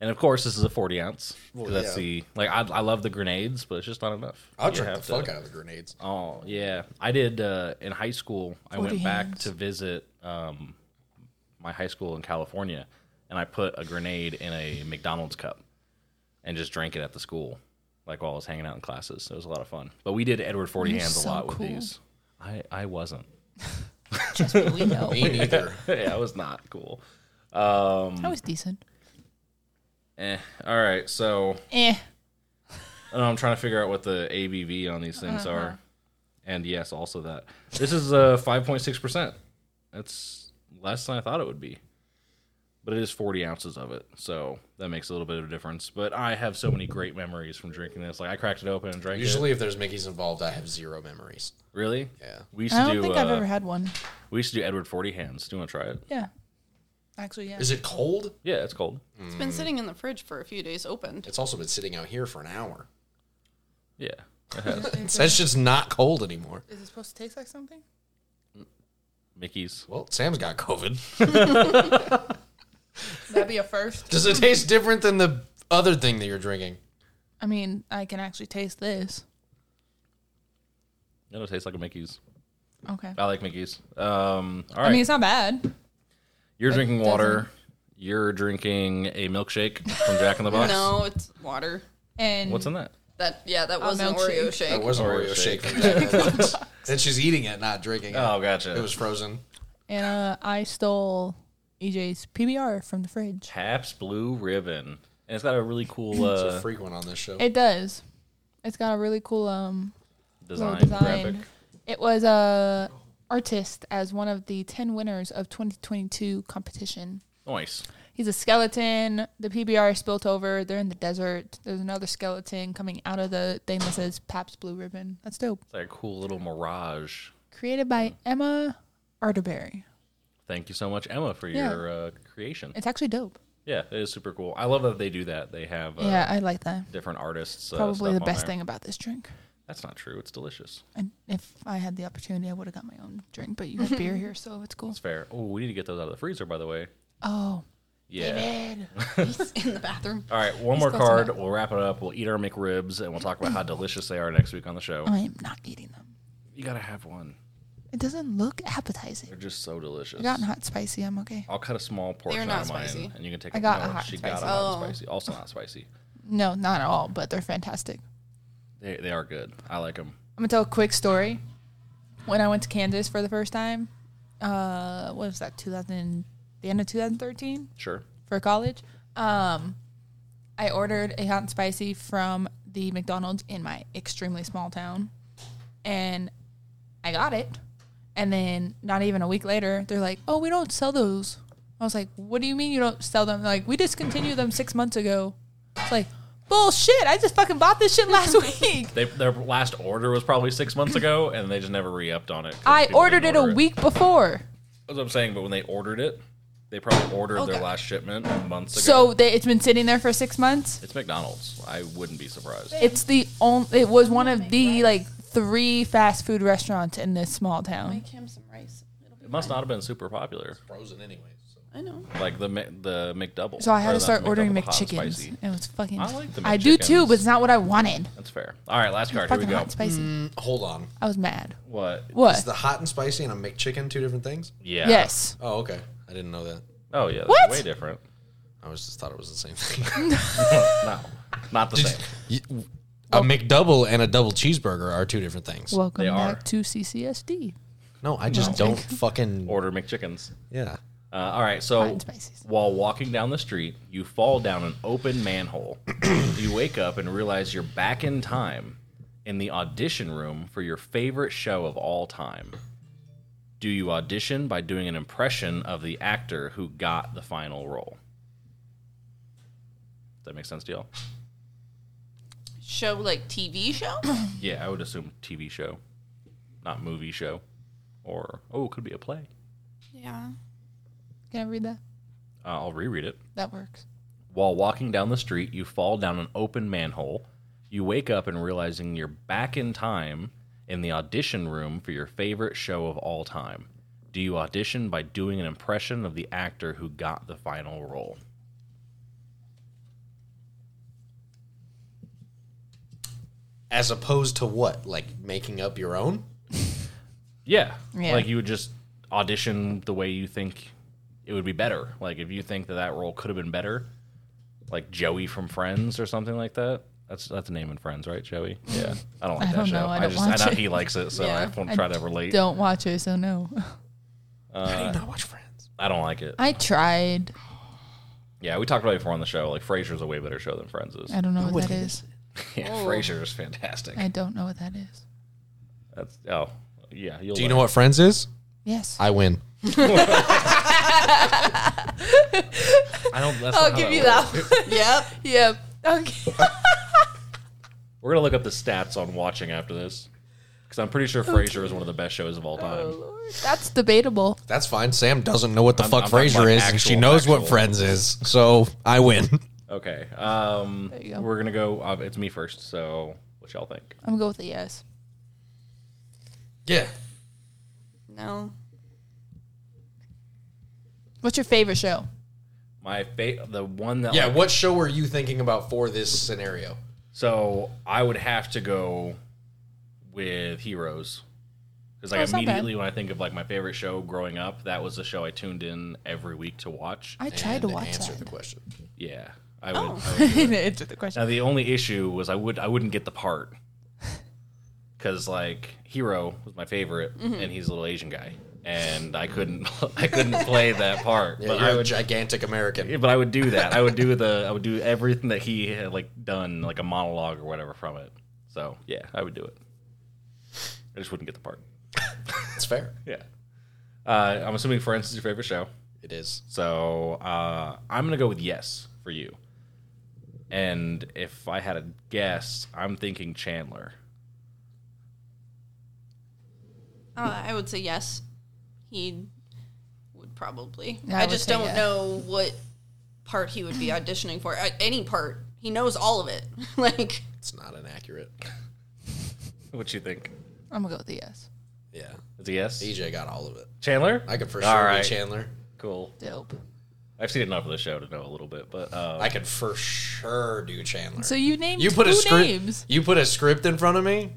and of course, this is a forty ounce. 'cause that's
yeah.
the like I, I love the grenades, but it's just not enough.
I'll
You
drink the
have to-
fuck out of the grenades.
Oh yeah, I did uh, in high school. I
40
went back
hands.
to visit um, my high school in California, and I put a grenade in a McDonald's cup and just drank it at the school, like while I was hanging out in classes. It was a lot of fun. But we did Edward Forty
You're
Hands
so
a lot
cool.
with these. I I wasn't.
We know.
Me neither.
yeah, I was not cool.
That was decent.
Eh. All right, so
Eh.
I don't know, I'm trying to figure out what the ABV on these
Uh-huh.
things are, and yes, also that this is uh 5.6 percent. That's less than I thought it would be, but it is 40 ounces of it, so that makes a little bit of a difference. But I have so many great memories from drinking this. Like I cracked it open and drank it.
Usually, if there's Mickey's involved, I have zero memories.
Really?
Yeah.
We used to
I don't
do.
think
uh,
I've ever had one.
We used to do Edward Forty Hands. Do you want to try it?
Yeah. Actually, yeah.
Is it cold?
Yeah, it's cold.
Mm.
It's been sitting in the fridge for a few days, opened.
It's also been sitting out here for an hour.
Yeah, it has
That shit's not cold anymore.
Is it supposed to taste like something?
Mickey's.
Well, Sam's got COVID.
That'd be a first.
Does it taste different than the other thing that you're drinking?
I mean, I can actually taste this.
It'll taste like a Mickey's.
Okay.
I like Mickey's. Um, all right.
I mean, it's not bad.
You're drinking water. You're drinking a milkshake from Jack in the Box.
No, it's water.
And
What's in that?
That yeah,
Oh,
that was an
milkshake.
Oreo
That
shake.
was an
Oreo
Oreo shake.
shake.
from Jack in the Box. and she's eating it, not drinking it.
Oh, gotcha.
It was frozen.
And uh, I stole E EJ's PBR from the fridge.
Taps Blue Ribbon, and it's got a really cool
It's
uh,
a frequent on this show.
It does. It's got a really cool um little
design,
design.
graphic.
It was a artist as one of the ten winners of 2022 competition.
Nice.
He's a skeleton. The PBR is spilt over. They're in the desert. There's another skeleton coming out of the thing that says Paps Blue Ribbon. That's dope.
It's like a cool little mirage.
Created by Emma Arterberry.
Thank you so much, Emma, for
Yeah.
your uh, creation.
It's actually dope.
Yeah, it is super cool. I love that they do that. They have uh,
yeah, I like that.
different artists. Uh,
Probably
stuff
the
on
best
there.
thing about this drink.
That's not true. It's delicious.
And if I had the opportunity, I would have got my own drink, but you have beer here, so it's cool.
It's fair. Oh, we need to get those out of the freezer, by the way.
Oh,
Yeah.
He's in the bathroom.
Uh.
All right, one more
go to
card.
that.
We'll wrap it up. We'll eat our McRibs, and we'll talk about how delicious they are next week on the show.
I am not eating them.
You gotta have one.
It doesn't look appetizing.
They're just so delicious.
I got hot spicy. I'm okay.
I'll cut a small portion
not
out of mine,
spicy.
and you can take.
I
a-
got
no,
a hot
she
and
got a
spicy.
hot
Oh.
and spicy. Also not spicy.
No, not at all, but they're fantastic.
They, they are good. I like them.
I'm gonna tell a quick story. When I went to Kansas for the first time, uh, what was that? 2000, the end of 2013
Sure.
for college. Um, I ordered a hot and spicy from the McDonald's in my extremely small town, and I got it. And then not even a week later, they're like, "Oh, we don't sell those." I was like, "What do you mean you don't sell them?" They're like, "We discontinued them six months ago." It's like, bullshit! I just fucking bought this shit last week.
They, their last order was probably six months ago, and they just never re-upped on it. 'cause
I
people
ordered
didn't
it a
order
week before.
That's what I'm saying. But when they ordered it, they probably ordered their
Okay.
last shipment months ago.
So they, it's been sitting there for six months.
it's McDonald's. I wouldn't be surprised.
It's the only. It was one of the like three fast food restaurants in this small town.
Make him some rice. It'll be
It must not have been super popular.
frozen anyway. So.
I know.
Like the Mi- the McDouble.
So I
or
had
the
to start ordering
McDouble hot and
McChickens.
spicy.
It was fucking.
I like the
I do too,
McChickens.
but it's not what I wanted.
That's fair. All right, last card. Here we
Fucking
go.
hot and spicy.
Hold on.
I was mad.
What?
Is
What?
the hot and spicy and a McChicken two different things?
Yeah.
Yes.
Oh, okay. I didn't know that.
Oh yeah. that's
What?
Way different.
I was just thought it was the same thing.
No, not the same.
a McDouble and a double cheeseburger are two different things.
Welcome
They
back
are.
to CCSD.
no, I just don't fucking.
Order McChickens.
Yeah.
Uh, all right,
Hot
so
and spices.
while walking down the street, you fall down an open manhole. you wake up and realize you're back in time in the audition room for your favorite show of all time. Do you audition by doing an impression of the actor who got the final role? Does that make sense to y'all?
Show like TV show?
Yeah, I would assume TV show, not movie show, or oh, it could be a play.
yeah.
Can I read that?
Uh, I'll reread it.
That works.
While walking down the street, you fall down an open manhole. You wake up and realizing you're back in time in the audition room for your favorite show of all time. Do you audition by doing an impression of the actor who got the final role?
As opposed to what? Like making up your own?
Yeah.
Yeah.
Like you would just audition the way you think it would be better. Like if you think that that role could have been better, like Joey from Friends or something like that. That's that's a name in Friends, right, Joey? Yeah. I don't like
I
that
don't
show.
know. I don't
just
watch
I know
it.
he likes it, so I
Yeah.
won't try to relate.
Don't watch it, so no.
How do you not watch Friends?
I don't like it.
I tried.
Yeah, we talked about it before on the show. Like Frasier's a way better show than Friends is.
I don't know what,
What
that
is
is.
Yeah, Frasier is fantastic.
Oh. I don't know what that is.
That's oh yeah. You'll
Do you
like
know what Friends is?
Yes.
I win.
it. I don't. That's not
I'll
how
give you
works.
that one.
Yep.
yep. Okay.
We're gonna look up the stats on watching after this because I'm pretty sure Frasier is one of the best shows of
Oh,
all time.
That's debatable.
That's fine. Sam doesn't know what the
I'm-
fuck
I'm talking
Frasier
about
is.
actual-
she knows
actual.
what Friends is. So I win.
Okay. Um,
There you go.
We're gonna go. Uh, it's me first. So what y'all think?
I'm going to go with a yes.
Yeah.
No.
What's your favorite show?
My fa- the one that
Yeah.
like-
What show were you thinking about for this scenario?
so I would have to go with Heroes because
Oh,
like
it's not bad.
immediately when I think of like my favorite show growing up, that was the show I tuned in every week to watch.
I tried to
And
watch
answer
that.
the question.
yeah, I would.
Oh.
I would do it.
Answer the question.
Now the only issue was I would I wouldn't get the part because like Hero was my favorite,
Mm-hmm.
and he's a little Asian guy, and I couldn't I couldn't play that part.
Yeah,
but
you're
I
a
would
gigantic American.
Yeah, but I would do that. I would do the I would do everything that he had like done, like a monologue or whatever from it. So yeah, I would do it. I just wouldn't get the part.
It's fair.
Yeah. Uh, I'm assuming Friends is your favorite show,
It is.
so uh, I'm gonna go with yes for you. And if I had a guess, I'm thinking Chandler.
Uh, I would say yes. He would probably.
Yeah, I
I,
would
just
say
don't
yes.
know what part he would be auditioning for. Uh, any part. He knows all of it. like,
It's not inaccurate.
What you think?
I'm going to go with a yes.
Yeah.
It's a yes.
DJ got all of it.
Chandler?
I could for
All
sure
right.
be Chandler.
Cool.
Dope.
I've seen enough of the show to know a little bit, but uh,
I could for sure do Chandler.
So you named
you put
two
a script.
names.
You put a script in front of me.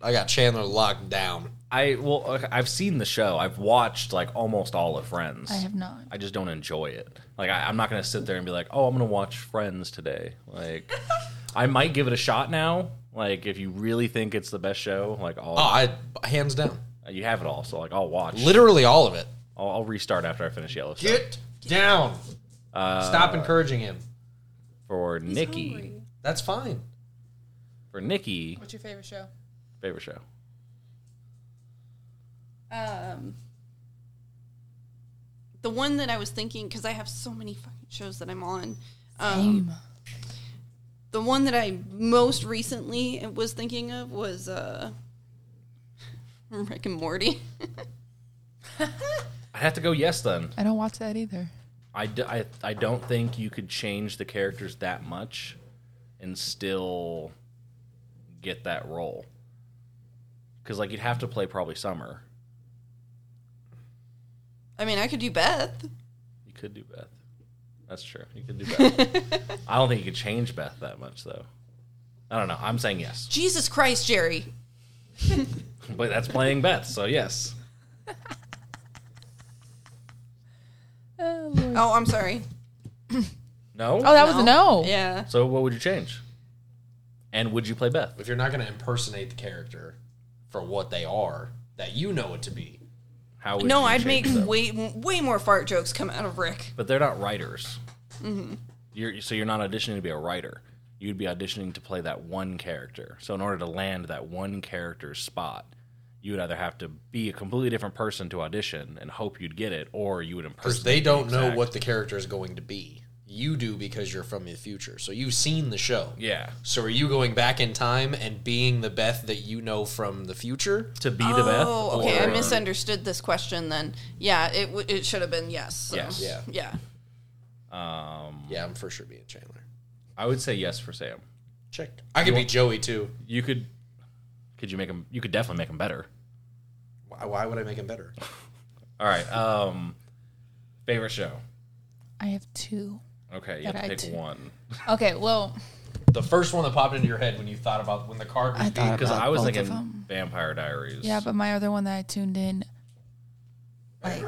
I got Chandler locked down.
I well okay, I've seen the show. I've watched like almost all of Friends.
I have not.
I just don't enjoy it. Like I, I'm not gonna sit there and be like, oh, I'm gonna watch Friends today. Like I might give it a shot now. Like if you really think it's the best show, like
Oh,
I'll
I hands down.
you have it all, so like I'll watch.
Literally all of it.
I'll, I'll restart after I finish Yellowstone.
Get down. Stop encouraging him.
For Nikki,
That's fine.
for Nikki,
What's your favorite show?
favorite show.
Um, the one that I was thinking, because I have so many fucking shows that I'm on. Um, the one that I most recently was thinking of was uh, Rick and Morty.
I have to go yes then.
I don't watch that either.
I, d- I, I don't think you could change the characters that much and still get that role. Because, like, you'd have to play probably Summer.
I mean, I could do Beth.
You could do Beth. That's true. You could do Beth. I don't think you could change Beth that much, though. I don't know. I'm saying yes.
Jesus Christ, Jerry.
But that's playing Beth, so yes.
Oh, Lord.
Oh, I'm sorry.
No?
Oh, that was a no.
Yeah.
so, what would you change? And would you play Beth?
If you're not going to impersonate the character for what they are, that you know it to be.
How would
No,
you
I'd make
change them?
way way more fart jokes come out of Rick.
but they're not writers.
Mm-hmm.
You're so you're not auditioning to be a writer. You'd be auditioning to play that one character. So in order to land that one character's spot, you would either have to be a completely different person to audition and hope you'd get it, or you would
Because
impersonate.
they don't
the
know
exact-
what the character is going to be. You do because you're from the future. So you've seen the show.
Yeah.
So are you going back in time and being the Beth that you know from the future?
To be the Beth.
Oh, okay. I
or- um,
misunderstood this question then. Yeah, it w- it should have been yes. so-
Yes.
Yeah.
Yeah.
Yeah, I'm for sure being Chandler.
I would say yes for Sam.
Check. I could be Joey too.
You could, could you make him? You could definitely make him better.
Why, why would I make him better?
All right. Um, favorite show.
I have two.
Okay, you have to
That I
pick
do.
one
Okay, well,
The first one that popped into your head when you thought about when the card was
I
being
thought
because
Uh, about
I was
both of
thinking
them.
Vampire Diaries.
Yeah, but my other one that I tuned in, like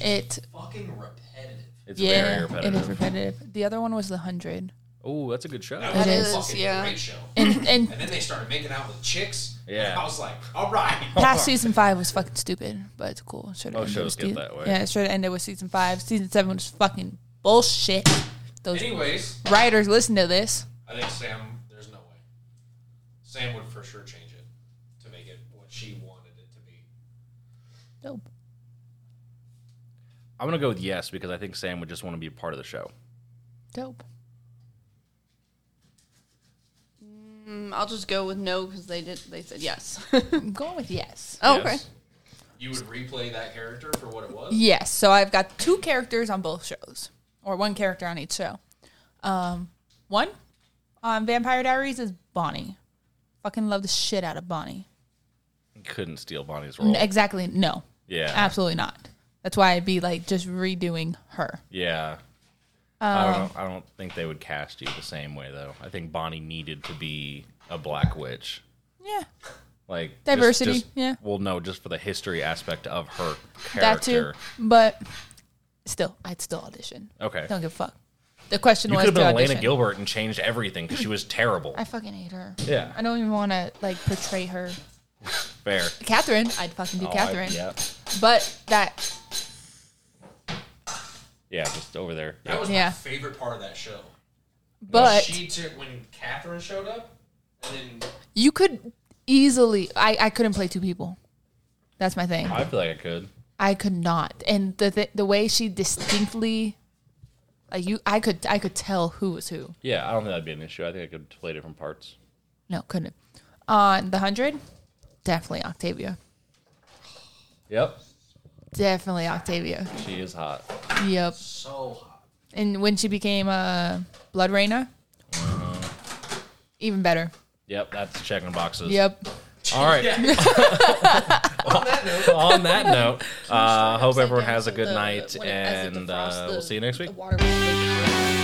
it,
fucking repetitive.
it's very
yeah, it is
repetitive.
repetitive. The other one was the hundred,
Oh, that's a good show.
That was
It
a
is,
fucking
yeah.
great show.
and and
And then they started making out with chicks.
Yeah.
And I was like, all right.
past season five was fucking stupid, but it's cool. It should've
Most
ended
shows
with
get
season-
that way.
Yeah, it should have ended with season five. Season seven was fucking bullshit. Those
Anyways,
writers listen to this.
I think Sam, there's no way. Sam would for sure change it to make it what she wanted it to be.
Dope.
I'm gonna go with yes because I think Sam would just want to be a part of the show.
Dope.
Mm, I'll just go with no because they did. They said yes.
I'm going with yes.
oh,
Yes.
okay.
You would replay that character for what it was?
Yes. So I've got two characters on both shows, or one character on each show. Um, one on Vampire Diaries is Bonnie. Fucking love the shit out of Bonnie.
Couldn't steal Bonnie's
N-
role.
Exactly. No.
Oh. Yeah.
Absolutely not. That's why I'd be like just redoing her.
Yeah. I don't. I don't think they would cast you the same way though. I think Bonnie needed to be a black witch.
Yeah.
Like just-
Diversity,
just-
yeah.
Well, no, just for the history aspect of her character.
That too. But still, I'd still audition.
Okay.
Don't give a fuck. The question
You
was
could have
to
been Elena
audition.
Gilbert and changed everything because she was terrible.
I fucking hate her.
Yeah.
I don't even want to like portray her.
Fair.
Catherine, I'd fucking do
Oh, I-
Catherine.
yeah.
But that,
Yeah. Just over there.
That was my
Yeah.
favorite part of that show.
but
she took when Catherine showed up, and then
you could easily. I I couldn't play two people. That's my thing.
I feel like I could.
I could not. And the th- the way she distinctly, like you, I could I could tell who was who.
Yeah, I don't think that'd be an issue. I think I could play different parts.
No, couldn't. On the hundred, definitely Octavia.
Yep.
Definitely Octavia.
She is hot.
Yep.
so hot.
And when she became a Blood Raina,
Uh-huh.
even better.
Yep, that's checking boxes.
Yep.
All right. On that note, uh, hope everyone has a good night, and uh, we'll see you next week.
The water was-